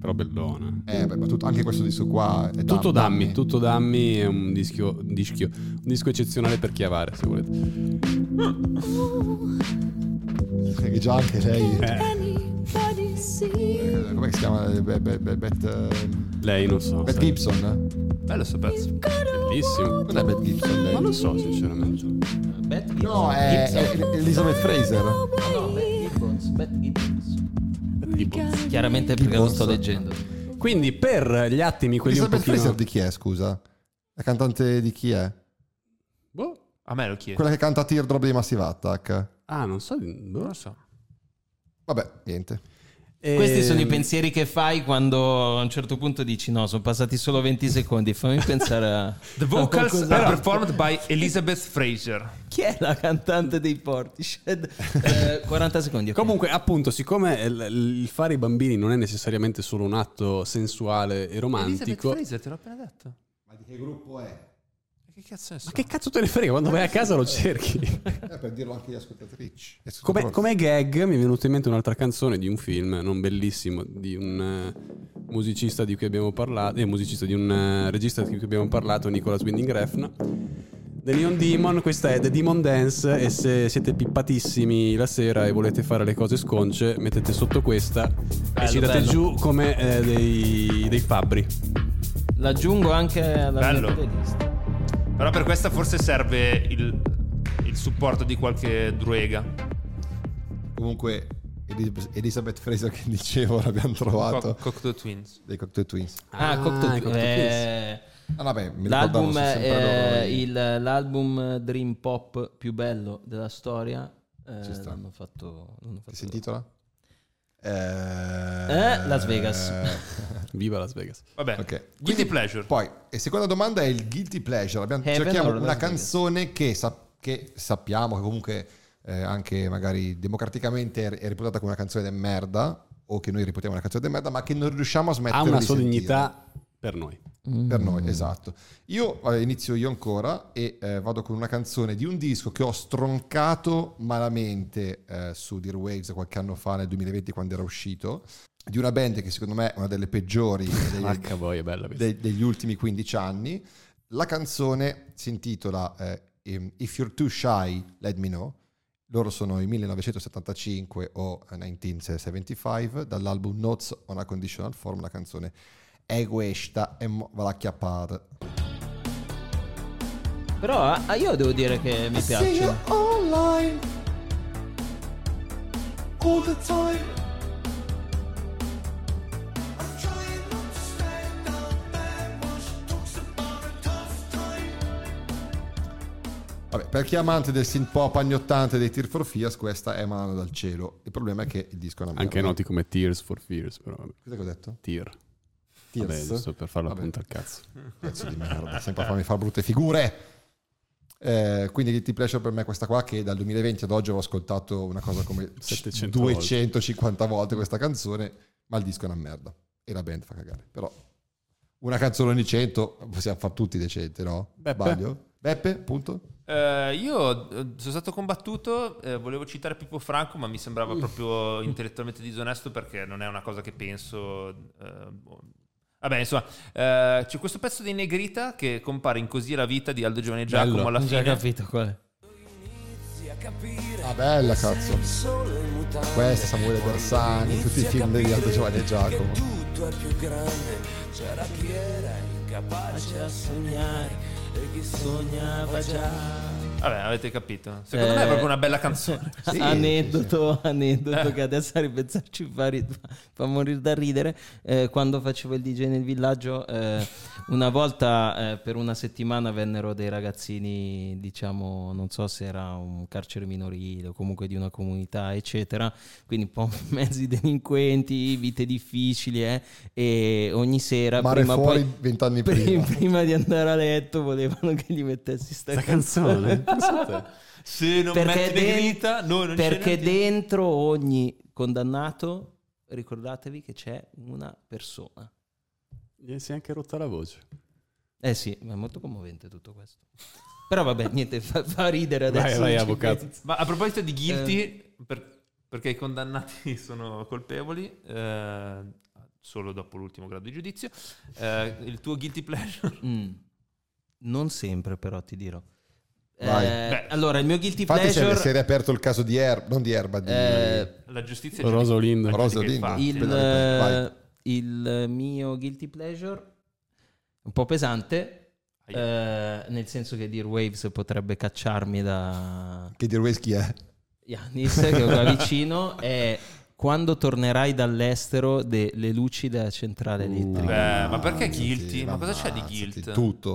però bellona. Eh, beh, ma tutto- anche questo disco qua è Tutto Dam- Dammi, tutto Dammi è un dischio, un dischio- un disco eccezionale per chiavare, se volete. Eh, Che già anche lei. Eh. Anybody see? eh, Com'è che si chiama? Eh, Beh, beh, beh, Beth, eh, Lei non so. Beth sai. Gibson? Bello sto pezzo. Bellissimo. Non è Beth Gibson Ma lei? non so, sinceramente. Beth Gibbons. No, è, è Gibbons. Elizabeth Fraser. No, Beth Gibbons. Beth Gibbons. Tipo. Chiaramente perché lo sto Gibbons. leggendo. Quindi per gli attimi quelli un Elizabeth pochino... Fraser di chi è, scusa? La cantante di chi è? Boh. A me lo chiede. Quella che canta Teardrop dei Massive Attack. Ah, non so. Non lo so. Vabbè, niente. Ehm, Questi sono i pensieri che fai quando a un certo punto dici no, sono passati solo 20 secondi, fammi pensare a... The a vocals qualcos'altro. are performed by Elizabeth Fraser. <laughs> Chi è la cantante dei Portishead? Eh, 40 secondi. ok. Comunque, appunto, siccome l- l- il fare i bambini non è necessariamente solo un atto sensuale e Elizabeth romantico... Fraser, te l'ho appena detto. Ma di che gruppo è? Ma Che cazzo è Ma che cazzo te ne frega quando vai a casa lo cerchi? Eh, per dirlo anche agli ascoltatrici. È tutto Come, pronto. come gag mi è venuta in mente un'altra canzone di un film non bellissimo di un eh, musicista di cui abbiamo parlato, eh, musicista di un eh, regista di cui abbiamo parlato, Nicolas Winding Refn. The Neon Demon, questa è The Demon Dance e se siete pippatissimi la sera e volete fare le cose sconce, mettete sotto questa e Bello, ci date bello. giù come eh, dei, dei fabbri. L'aggiungo anche alla Bello. mia playlist. Però per questa forse serve il, il supporto di qualche druega. Comunque, Elis- Elizabeth Fraser che dicevo <laughs> l'abbiamo trovato. Co- Cocteau Twins. dei Cocktail Twins. Ah, Cocktail Twins. Eh, Ah, vabbè, mi l'album, ricordavo, sono sempre eh, loro i- il- l'album Dream Pop più bello della storia. eh, Ci sta. l'hanno fatto... l'hanno fatto Si intitola? Eh, Las <laughs> Vegas. Viva Las Vegas. Vabbè. Ok. Guilty Quindi- Pleasure. Poi, e seconda domanda è il guilty pleasure. Abbiamo- Heaven cerchiamo or Eh, Las una Vegas? canzone che, sa- che sappiamo che comunque eh, anche magari democraticamente è è reputata come una canzone di merda o che noi reputiamo una canzone di merda, ma che non riusciamo a smettere Ha una di sua sentire. dignità per noi. per noi, esatto. Io vabbè, inizio io ancora e eh, vado con una canzone di un disco che ho stroncato malamente eh, su Dear Waves qualche anno fa, nel 2020, quando era uscito, di una band che secondo me è una delle peggiori degli, H boy, è bella questa. de- degli ultimi 15 anni. La canzone si intitola eh, ehm, If You're Too Shy, Let Me Know. Loro sono i 1975 o 1975 dall'album Notes on a Conditional Form. La canzone è questa e mo va a chiappare. Però ah, io devo dire che mi piace. online all the time. Vabbè, per chi è amante del synth pop anni 80 e dei Tear for Fears, questa è Mano dal cielo. Il problema è che il disco è una merda. Anche noti come Tears for Fears, però vabbè. Cosa che ho detto? Tear. Tears. Vabbè, giusto per farlo Vabbè. appunto al cazzo. Pezzo di merda, sempre a farmi fare brutte figure. Eh, quindi Guilty Pleasure per me è questa qua che dal 2020 ad oggi ho ascoltato una cosa come 700 250 volte. questa canzone, ma il disco è una merda e la band fa cagare. Però una canzone ogni 100 possiamo far tutti decente, no? Beppe. Sbaglio? Beppe, punto. Eh, io eh, sono stato combattuto, eh, volevo citare Pippo Franco, ma mi sembrava proprio intellettualmente disonesto perché non è una cosa che penso. eh, boh. Vabbè, insomma, eh, c'è questo pezzo di Negrita che compare in Così è la vita di Aldo Giovanni e Giacomo Bello. alla Non ho già fine. capito qual è. Ah, bella cazzo. Questa, Samuele Bersani, tutti i film di Aldo Giovanni e Giacomo. Eh, tutto è più grande, c'era chi era incapace a sognare e chi sognava già. Vabbè, avete capito. Secondo me è proprio una bella canzone. Sì, <laughs> aneddoto, aneddoto che adesso a ripensarci fa, ri- fa morire da ridere. Eh, quando facevo il DJ nel villaggio, eh, una volta eh, per una settimana vennero dei ragazzini, diciamo, non so se era un carcere minorile o comunque di una comunità, eccetera. Quindi un po' <laughs> mezzi delinquenti, vite difficili, eh, e ogni sera... Mare prima o fuori poi- vent'anni pri- prima. <laughs> prima di andare a letto volevano che gli mettessi sta <laughs> canzone. Se non metti le den- grita, noi non perché ce ne dentro ogni condannato ricordatevi che c'è una persona. <laughs> Gli si è anche rotta la voce. Eh sì, ma è molto commovente tutto questo. Però <laughs> vabbè, niente, fa, fa ridere adesso. Cioè, vai, Ci avvocato. pensi. Ma a proposito di guilty, Eh, per- perché i condannati <laughs> sono colpevoli, eh, solo dopo l'ultimo grado di giudizio, eh, il tuo guilty pleasure... <laughs> mm, non sempre però ti dirò. Vai. Eh, Beh. allora, il mio guilty Infatti se, pleasure... si è riaperto il caso di Erba, non di Erba, di eh, La giustizia... Rosalind. Rosa Lind. infatti, il, Vai. il mio guilty pleasure un po' pesante Aia. eh, nel senso che Dear Waves potrebbe cacciarmi da Che Dear Waves chi è? Yannis che è qua vicino è quando tornerai dall'estero de- le luci della centrale elettrica Beh, ma perché Ammazzati, guilty? Ma cosa c'è di ammazzati, guilt? Tutto.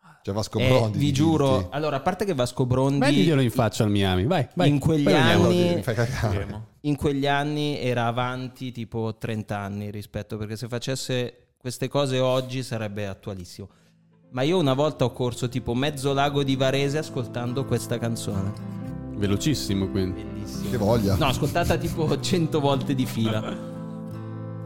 Cioè, C'è Vasco Eh, Brondi. vi di giuro guilty. allora a parte che Vasco Brondi Mettiglielo in faccia al Miami. Vai, vai. in quegli Poi andiamo. anni Mi fai cagare. Vedremo. in quegli anni era avanti tipo 30 anni rispetto, perché se facesse queste cose oggi sarebbe attualissimo. Ma io una volta ho corso tipo mezzo lago di Varese ascoltando questa canzone. Velocissimo, quindi. Che voglia. No, ascoltata tipo 100 volte di fila.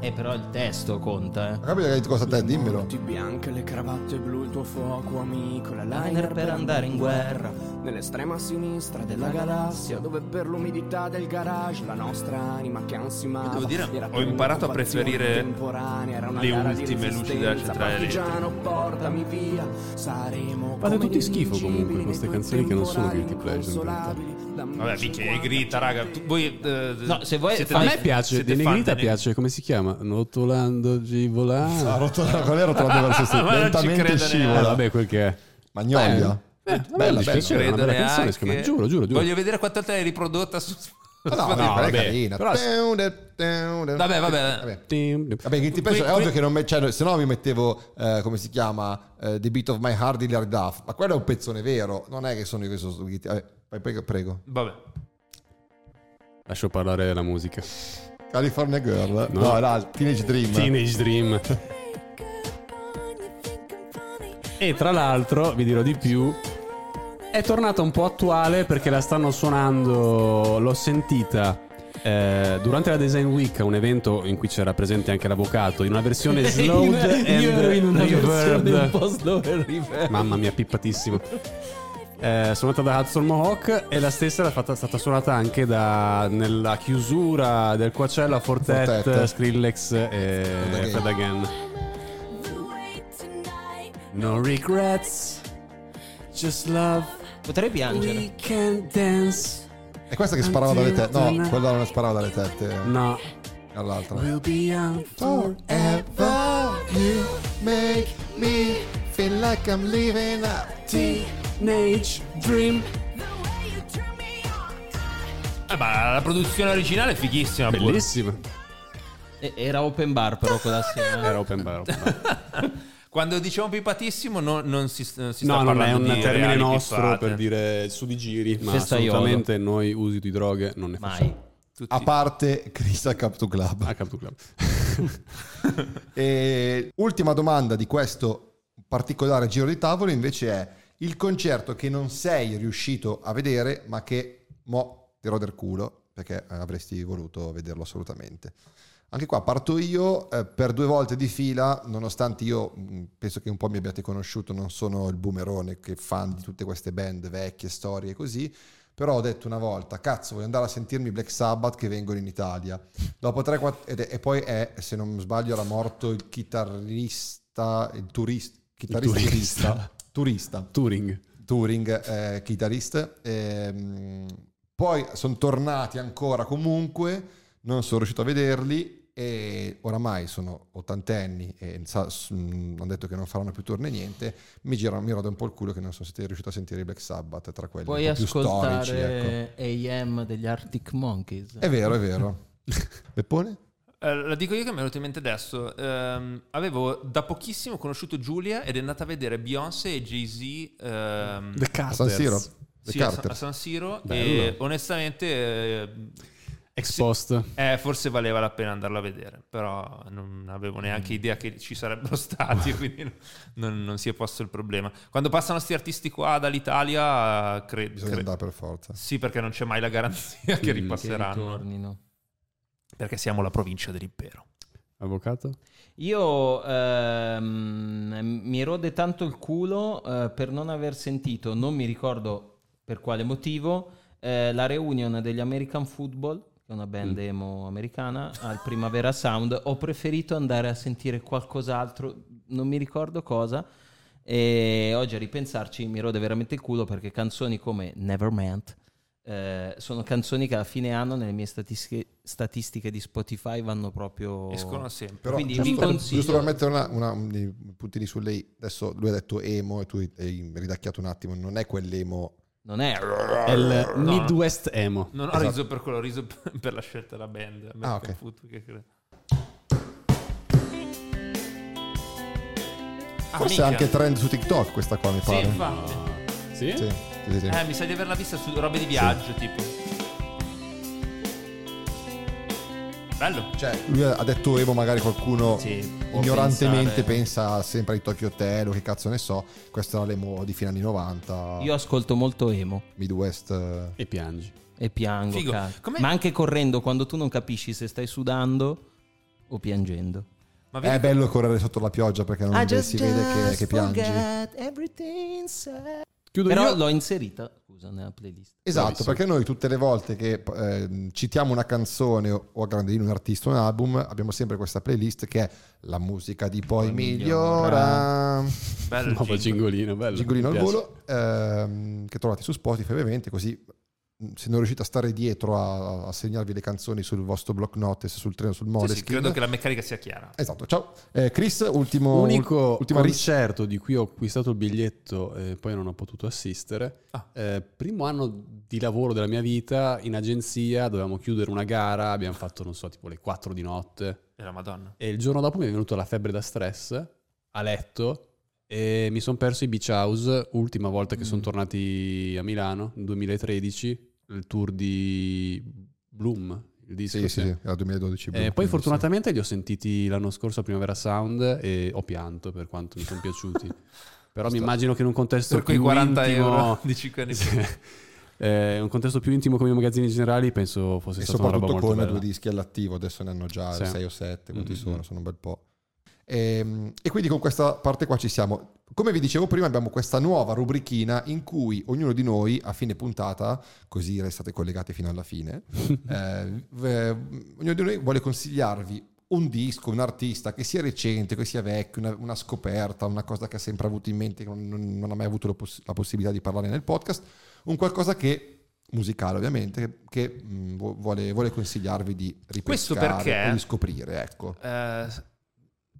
Eh, però il testo conta, eh. Ma capito che cosa te, dimmelo. Tutti bianche, le cravatte blu, il tuo fuoco amico, la liner Liner per andare in guerra. Nell'estrema sinistra della galassia, dove per l'umidità del garage la nostra anima che ansimava. Devo dire, era ho imparato a preoccupazione preferire temporanea, era una le gara di ultime luci resistenza. della centrale elettrica. Partigiano, portami via, saremo Fate come tutti gli schifo comunque invincibili queste nei tuoi canzoni che non sono temporali guilty pleasure, in realtà. inconsolabili. Dammi Vabbè, minchia, e 50 grita, raga. Tu- voi, eh, No, se voi siete fate- A dei- me piace, siete di fan Negrita dei- piace, come si chiama? Rotolando, Ha givolando. rotto la qual è rotolando verso Ma su? non ci credo Lentamente Eh, scivola. vabbè, quel che è. Magnolia. Eh, Bella, bella, bella. bella, Credo una bella canzone, neanche. secondo me. Giuro, giuro, giuro. Voglio vedere quanto te l'hai riprodotta su... No, no, Spotify. no, è vabbè, carina. però- Vabbè, Vabbè, vabbè. Vabbè, che ti penso, Qui- è ovvio qui- che non me, cioè, se no mi mettevo, eh, come si chiama, eh, The Beat of My Heart di Lard Duff, ma quello è un pezzone vero, non è che sono io che sono su Guilty- vabbè, vai, prego, prego. Vabbè. Lascio parlare la musica. California Girl, No. no, era Teenage Dream. Teenage Dream. E tra l'altro, vi dirò di più, è tornata un po' attuale perché la stanno suonando, l'ho sentita eh, durante la Design Week, un evento in cui c'era presente anche l'avvocato, in una <laughs> versione slowed and Io ero in una reverbed. versione un po' slow and reverb. Mamma mia, pippatissimo. Eh, suonata da Hudson Mohawk e la stessa era fatta- stata suonata anche da, nella chiusura del Coachella Fortet, Fortet. Skrillex e Again. Fed Again. No regrets, just love, Potrei piangere. we can dance. È questa che sparava dalle tette, no, quella non sparava dalle tette, eh, No, all'altra. we'll be young Oh. Forever you make me feel like I'm living a teenage dream. Eh, ma la produzione originale è fighissima. pure. Bellissima. E- Era open bar però <laughs> quella sera. Era open bar. open bar. Quando diciamo pipatissimo no- non si, non si sta No, non è parlando un di termine reali nostro pippate. per dire su di giri, ma Festaiolo. assolutamente noi usi di droghe non ne facciamo. Mai. Tutti- A parte Chris a Cup to Club. A Captain Club. <laughs> E ultima domanda di questo particolare giro di tavolo invece è il concerto che non sei riuscito a vedere ma che mo ti rode il culo perché eh, avresti voluto vederlo assolutamente. Anche qua parto io eh, per due volte di fila, nonostante io mh, penso che un po' mi abbiate conosciuto, non sono il boomerone che fan di tutte queste band vecchie, storie e così, però ho detto una volta, cazzo voglio andare a sentirmi Black Sabbath che vengono in Italia. Dopo 3 4 ed è- e poi è se non sbaglio era morto il chitarrista il turista chitarrista turista. turista turista Turing. Turing eh, chitarrista Ehm, poi sono tornati ancora comunque non sono riuscito a vederli e oramai sono ottantenni e sa- s- mh, hanno detto che non faranno più tourne niente, mi, gira, mi rode un po' il culo che non sono stati riuscito a sentire i Black Sabbath tra quelli Puoi un po' più storici. Ecco. ascoltare AM degli Arctic Monkeys. È vero, è <laughs> vero. Peppone? Eh, la dico io che mi è venuto in mente adesso. Ehm, avevo da pochissimo conosciuto Giulia ed è andata a vedere Beyoncé e Jay-Z ehm, The Carters. San Siro? The sì, a, San, Carters. a San Siro e Bello. onestamente eh, Ex sì, post. eh, forse valeva la pena andarla a vedere, però non avevo neanche Mm. idea che ci sarebbero <laughs> stati, quindi non, non si è posto il problema. Quando passano sti artisti qua dall'Italia, credo... Bisogna andare per forza. Sì, perché non c'è mai la garanzia <laughs> che Mm, Che ripasseranno, ritornino. perché siamo la provincia dell'impero. Avvocato? Io ehm, mi rode tanto il culo eh, per non aver sentito, non mi ricordo per quale motivo, eh, la reunion degli American Football, che è una band Mm. demo americana, al Primavera Sound. Ho preferito andare a sentire qualcos'altro, non mi ricordo cosa. E oggi a ripensarci mi rode veramente il culo perché canzoni come Nevermind eh, sono canzoni che alla fine anno nelle mie statistiche, statistiche di Spotify vanno proprio Escono sempre. Però Quindi giusto, vi consiglio- giusto per mettere una, una- un- dei puntini su lei, adesso lui ha detto emo e tu hai- hai ridacchiato un attimo, non è quell'emo Non è. È il Midwest Emo. Non ho Esatto. riso per quello, ho riso <laughs> per per la scelta della band. American Ah, ok. Football, che credo. Forse è Ah, minchia. anche trend su TikTok questa qua mi Sì, pare. infatti. Sì? Sì, sì, sì, sì. Eh, mi sa di averla vista su robe di viaggio, tipo. Bello. Cioè, lui ha detto Evo, magari qualcuno può ignorantemente pensare- pensa sempre ai Tokyo Hotel o che cazzo ne so. Questo era l'emo di fine anni 90, Io ascolto molto emo Midwest. eh. E piangi. e piango. Figo. cazzo. Com'è- Ma anche correndo, quando tu non capisci se stai sudando o piangendo. Ma vedi, È bello correre sotto la pioggia perché non si vede che, che piangi. Chiudo Però io. <laughs> l'ho inserita, scusa, nella playlist. Esatto, Bravissimo. perché noi tutte le volte che ehm, citiamo una canzone o o a grandino un artista o un album, abbiamo sempre questa playlist che è la musica di poi migliora. migliora. bello. il Nuovo jingle. cingolino, bello. Gingolino Mi al piace. volo, ehm, che trovate su Spotify ovviamente, così mh, se non riuscite a stare dietro a, a segnarvi le canzoni sul vostro block notice, sul treno, sul Sì, Moleskine. sì, credo che la meccanica sia chiara. Esatto, ciao. Eh, Chris, ultimo... Unico ultima ris- concerto di cui ho acquistato il biglietto e poi non ho potuto assistere. Ah. Eh, primo anno di lavoro della mia vita in agenzia, dovevamo chiudere una gara, abbiamo fatto, non so, tipo le 4 di notte. Eh. E la Madonna. E il giorno dopo mi è venuta la febbre da stress a letto e mi sono perso i Beach House, ultima volta che sono tornati a Milano, nel 2013, il tour di Bloom, il disco. Sì, sì, sì. sì, era 2012. Eh, poi quindi, fortunatamente li ho sentiti l'anno scorso a Primavera Sound e ho pianto per quanto mi sono <laughs> piaciuti. Però mi immagino che in un contesto Per quei più 40 intimo, euro di 5 anni fa. <laughs> eh, in un contesto più intimo come i magazzini generali, penso sì. fosse E stata una roba soprattutto molto con bella. due dischi all'attivo, adesso ne hanno già Sì. 6 o 7, quanti Mm, mm. sono, sono un bel po'. Ehm, E, quindi con questa parte qua ci siamo. Come vi dicevo prima, abbiamo questa nuova rubrichina in cui ognuno di noi, a fine puntata, così restate collegati fino alla fine, eh, v- ognuno di noi vuole consigliarvi un disco, un artista, che sia recente, che sia vecchio, una, una scoperta, una cosa che ha sempre avuto in mente, che non, non- non ha mai avuto la, poss- la possibilità di parlare nel podcast, un qualcosa che musicale ovviamente, che, che, mh, vu- vuole, vuole consigliarvi di Questo ripescare perché- o di scoprire, ecco. Eh,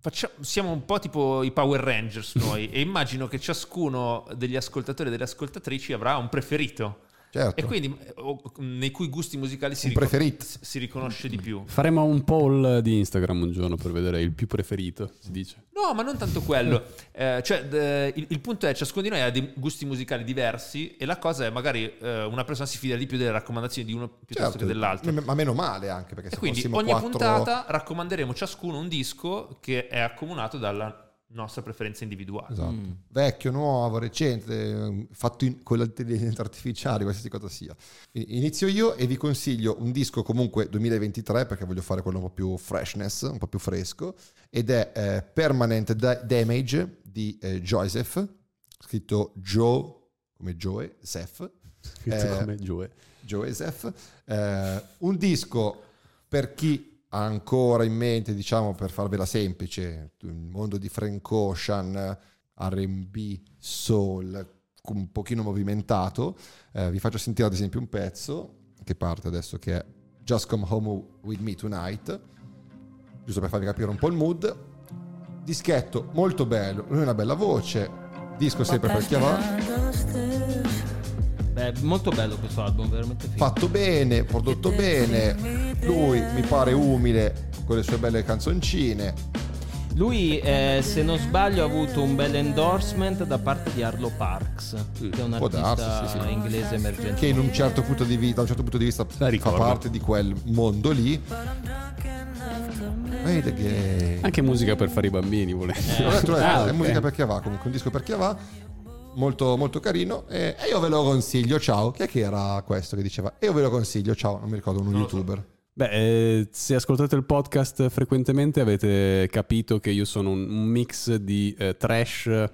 faccia- siamo un po' tipo i <laughs> Power Rangers noi e immagino che ciascuno degli ascoltatori e delle ascoltatrici avrà un preferito Certo. e quindi eh, o- nei cui gusti musicali si, Un ricon- preferito. Mm. si riconosce di più. Faremo un poll di Instagram un giorno per vedere il più preferito, si dice. No, ma non tanto quello. Eh, cioè, d- il, il punto è ciascuno di noi ha dei gusti musicali diversi e la cosa è magari eh, una persona si fida di più delle raccomandazioni di uno piuttosto Certo. che dell'altro. M- Ma meno male anche perché E se quindi fossimo ogni quattro- puntata raccomanderemo ciascuno un disco che è accomunato dalla nostra preferenza individuale. Esatto. Mm. Vecchio, nuovo, recente, eh, fatto in- con l'intelligenza artificiale, qualsiasi cosa sia. I- Inizio io e vi consiglio un disco comunque 2023 perché voglio fare quello un po' più freshness, un po' più fresco, ed è eh, Permanent Da- Damage di eh, Joseph, scritto Joe, come Joe, Seth, Scritto Eh, come Joe. Joseph, eh, un disco per chi ha ancora in mente, diciamo per farvela semplice, il mondo di Frank Ocean, RB, soul, un pochino movimentato. Eh, vi faccio sentire ad esempio un pezzo che parte adesso che è Just Come Home With Me Tonight. giusto per farvi capire un po' il mood. Dischetto molto bello, lui ha una bella voce, disco sempre per chiavare, Beh, molto bello questo album, veramente figo. fatto bene, prodotto bene, lui mi pare umile con le sue belle canzoncine. Lui, eh, se non sbaglio, ha avuto un bel endorsement da parte di Arlo Parks, che è un Mm. può artista darsi, sì, sì. inglese emergente. che in un certo punto di vista, da un certo punto di vista fa parte di quel mondo lì. Vede che Anche musica per fare i bambini, Ho volendo. detto, eh, Ah, è ok. musica per chi va, comunque un disco per chi va. Molto, molto carino e, e io ve lo consiglio ciao chi è che era questo che diceva io ve lo consiglio ciao non mi ricordo uno youtuber Beh, eh, se ascoltate il podcast frequentemente avete capito che io sono un un mix di eh, trash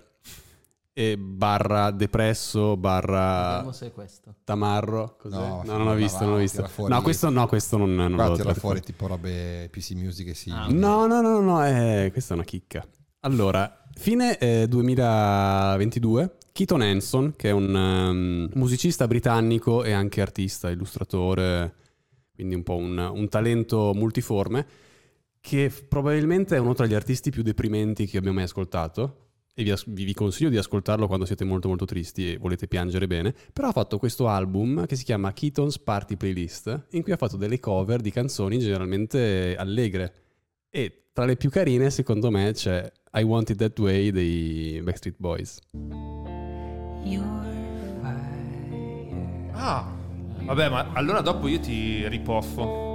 e barra depresso, barra Vediamo se è questo. tamarro. Cos'è? No, No, non l'ho visto, non l'ho avanti, visto. va fuori. No, questo no, questo non, non guarda l'ho tira tirato fuori tipo robe PC Music e sì Ah. No, no, no, no, no, eh, questa è una chicca. Allora, fine eh, 2022, Keaton Hanson, che è un ehm, musicista britannico e anche artista, illustratore, quindi un po' un, un talento multiforme, che f- probabilmente è uno tra gli artisti più deprimenti che abbia mai ascoltato. E vi, as- vi- vi consiglio di ascoltarlo quando siete molto molto tristi e volete piangere bene. Però ha fatto questo album che si chiama Keaton's Party Playlist, in cui ha fatto delle cover di canzoni generalmente allegre. E tra le più carine, secondo me, c'è I Want It That Way dei Backstreet Boys. Ah, vabbè, ma allora dopo io ti ripoffo.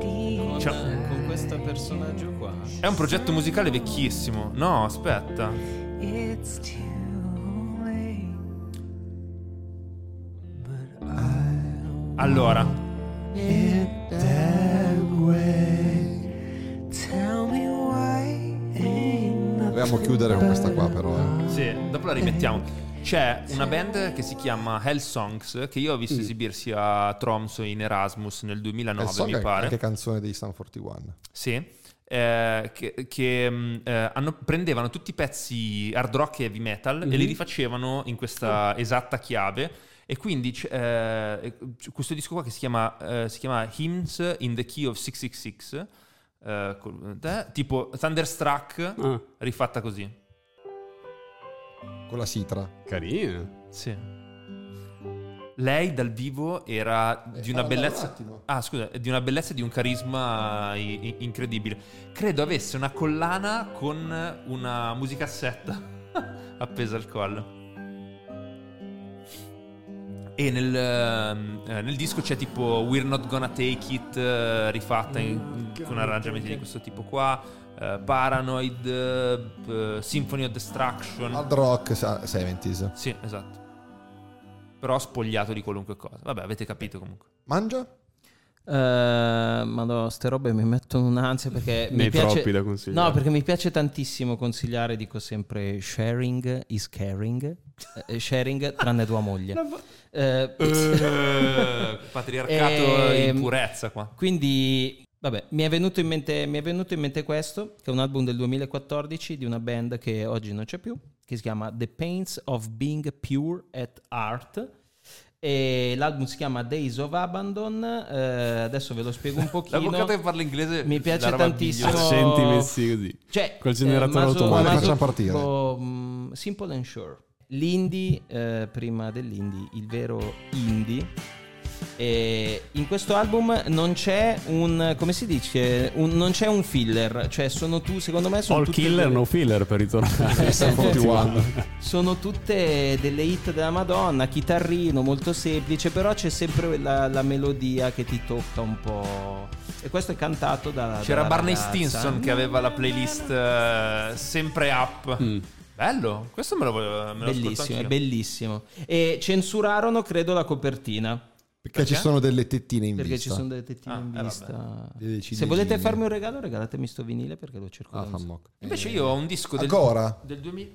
Con, Ciao. con questo personaggio qua. È un progetto musicale vecchissimo. No, aspetta. Allora, dovevamo chiudere con questa qua però eh. sì, dopo la rimettiamo. C'è una band che si chiama Hell Songs che io ho Mm. visto esibirsi a Tromso in Erasmus nel Eh, 2009, so che mi è pare. anche canzone degli Sum 41 Sì. eh, che che, mh, eh, hanno- prendevano tutti i pezzi hard rock e heavy metal e li rifacevano in questa esatta chiave. E quindi c- eh, c- questo disco qua che si chiama, eh, si chiama Hymns in the Key of 666, eh, col- eh, tipo Thunderstruck Ah. rifatta così. con la sitra Mm. Carine. Sì. Lei dal vivo era di parla Eh, una un bellezza. attimo. Ah, scusa, di una bellezza e di un carisma i- i- incredibile. Credo avesse una collana con una musicassetta <laughs> appesa al collo. E nel, ehm, eh, nel disco c'è tipo We're Not Gonna Take It eh, rifatta in- Mm, con arrangiamenti di questo tipo qua, eh, Paranoid, eh, p- Symphony of Destruction. hard rock sa- 70s Sì, esatto. Però spogliato di qualunque cosa. Vabbè, avete capito comunque. mangia Eh, ma no, ste robe mi mettono un'ansia <laughs> perché Ne mi hai piace... troppi da consigliare. No, perché mi piace tantissimo consigliare, dico sempre sharing is caring, eh, sharing tranne tua <laughs> moglie. Eh, Eh, patriarcato Ehm, in purezza qua. Quindi, vabbè, mi è, venuto in mente, mi è venuto in mente questo, che è un album del 2014 di una band che oggi non c'è più, che si chiama The Pains of Being Pure at Art. E l'album si chiama Days of Abandon. eh, adesso ve lo spiego un La pochino. boccata che parla inglese Mi la piace roba tantissimo. bigliosa. Accenti messi così. Cioè, Col generatore automatico. Quale facciamo partire? oh, mm, Simple and Sure. L'indie, eh, prima dell'indie, il vero indie. E in questo album non c'è un, come si dice, Un- non c'è un filler, cioè sono tu, secondo me sono All tutte killer, delle- no filler per ritornare. Sum 41 <laughs> sono tutte delle hit della Madonna, chitarrino molto semplice, però c'è sempre la, la melodia che ti tocca un po'. E questo è cantato da. C'era dalla Barney ragazza. Stinson che aveva la playlist eh, sempre up. Bello, questo me lo, voglio- Mm. me lo Bellissimo, è ascolto anch'io. bellissimo. E censurarono, credo, la copertina. perché ci sono delle tettine in Perché ci vista sono delle tettine Ah, in eh, vista. Delle Se ciliegine. volete farmi un regalo, regalatemi sto vinile perché lo cerco. ah, da un sacco. fammocco. Invece io ho un disco del, ancora del 2000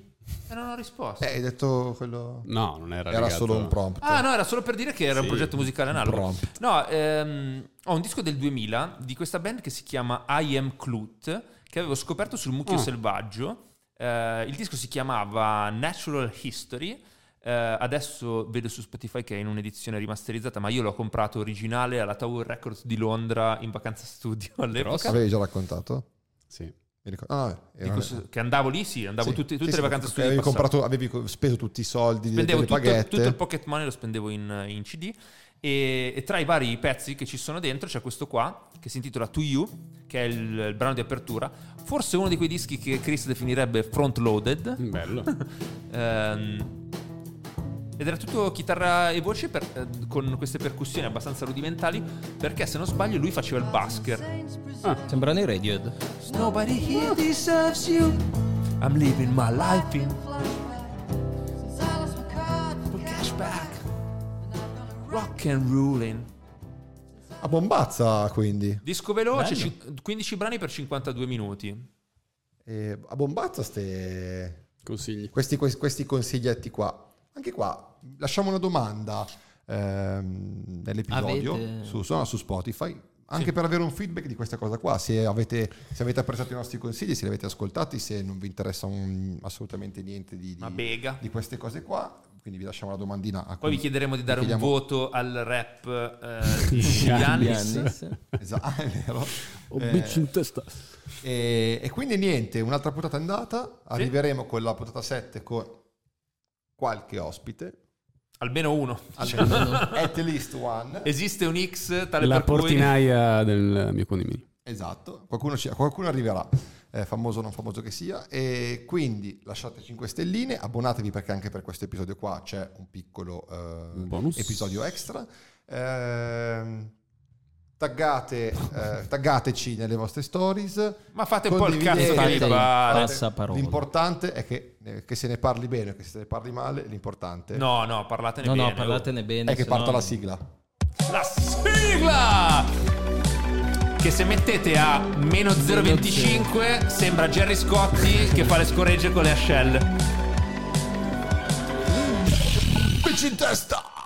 e non ho risposto. eh, hai detto quello No, non era era legato. solo un prompt Mm, Ah, no, era solo per dire che era un progetto musicale analogo. prompt. No, ehm, ho un disco del 2000 di questa band che si chiama I Am Clute, che avevo scoperto sul Mucchio Mm. Ah. Selvaggio. Eh, il disco si chiamava Natural History. Eh, adesso vedo su Spotify che è in un'edizione rimasterizzata, ma io l'ho comprato originale alla Tower Records di Londra in vacanza studio <laughs> all'epoca. avevi già raccontato Sì. Mi ricordo. Ah, era- Dico, su- che andavo lì, sì, andavo Sì. tutte, Sì, tutte le sì, vacanze studio avevi, passavo. comprato, avevi co- speso tutti i soldi delle Spendevo delle tutto, paghette. tutto il pocket money lo spendevo in, eh, in CD e, e tra i vari pezzi che ci sono dentro c'è questo qua che si intitola To You che è il, il brano di apertura forse uno di quei dischi che Chris definirebbe front loaded Mm. bello <laughs> Ehm, ed era tutto chitarra e voce per- eh, con queste percussioni abbastanza rudimentali perché se non sbaglio lui faceva il basker Sembrano i Radiohead. Nobody here deserves you I'm living my life in cashback rock and ruling A bombazza, quindi. Disco veloce, Bello. cin- 15 brani per 52 minuti. Eh, a bombazza ste... Consigli. Questi, questi, questi consiglietti qua. Anche qua, lasciamo una domanda ehm, nell'episodio Avete- su, su- no, su Spotify. Anche per avere un feedback di questa cosa qua, se avete, se avete apprezzato i nostri consigli, se li avete ascoltati, se non vi interessa un- assolutamente niente di, Una di, bega. di queste cose qua, quindi vi lasciamo la domandina. A Poi vi chiederemo di dare un chiediamo- voto al <laughs> rap eh, di Giannis. <laughs> Giannis. Esatto, è vero. Ho Eh, bitch in testa. E, e quindi niente, un'altra puntata è andata. Arriveremo con la puntata 7 con qualche ospite. Almeno uno. Almeno <laughs> <laughs> Eh, at least one. Esiste un X tale La per cui- portinaia del mio condominio. Esatto, qualcuno, ci- qualcuno arriverà, eh, famoso o non famoso che sia. E quindi lasciate 5 stelline, abbonatevi perché anche per questo episodio qua c'è un piccolo eh, bonus. episodio extra. Ehm, taggate, eh, taggateci nelle vostre stories. Ma fate un po' il cazzo Condividete, che vi Fate- pare. fate- Passaparola. L'importante è che, eh, che se ne parli bene, che se ne parli male, l'importante No, no, parlatene No, bene. no, parlatene bene. è che sennò- parta la sigla. oh. La sigla! Che se mettete a meno 0,25 sembra Jerry Scotti che fa le scorregge con le ascelle. Bici in testa!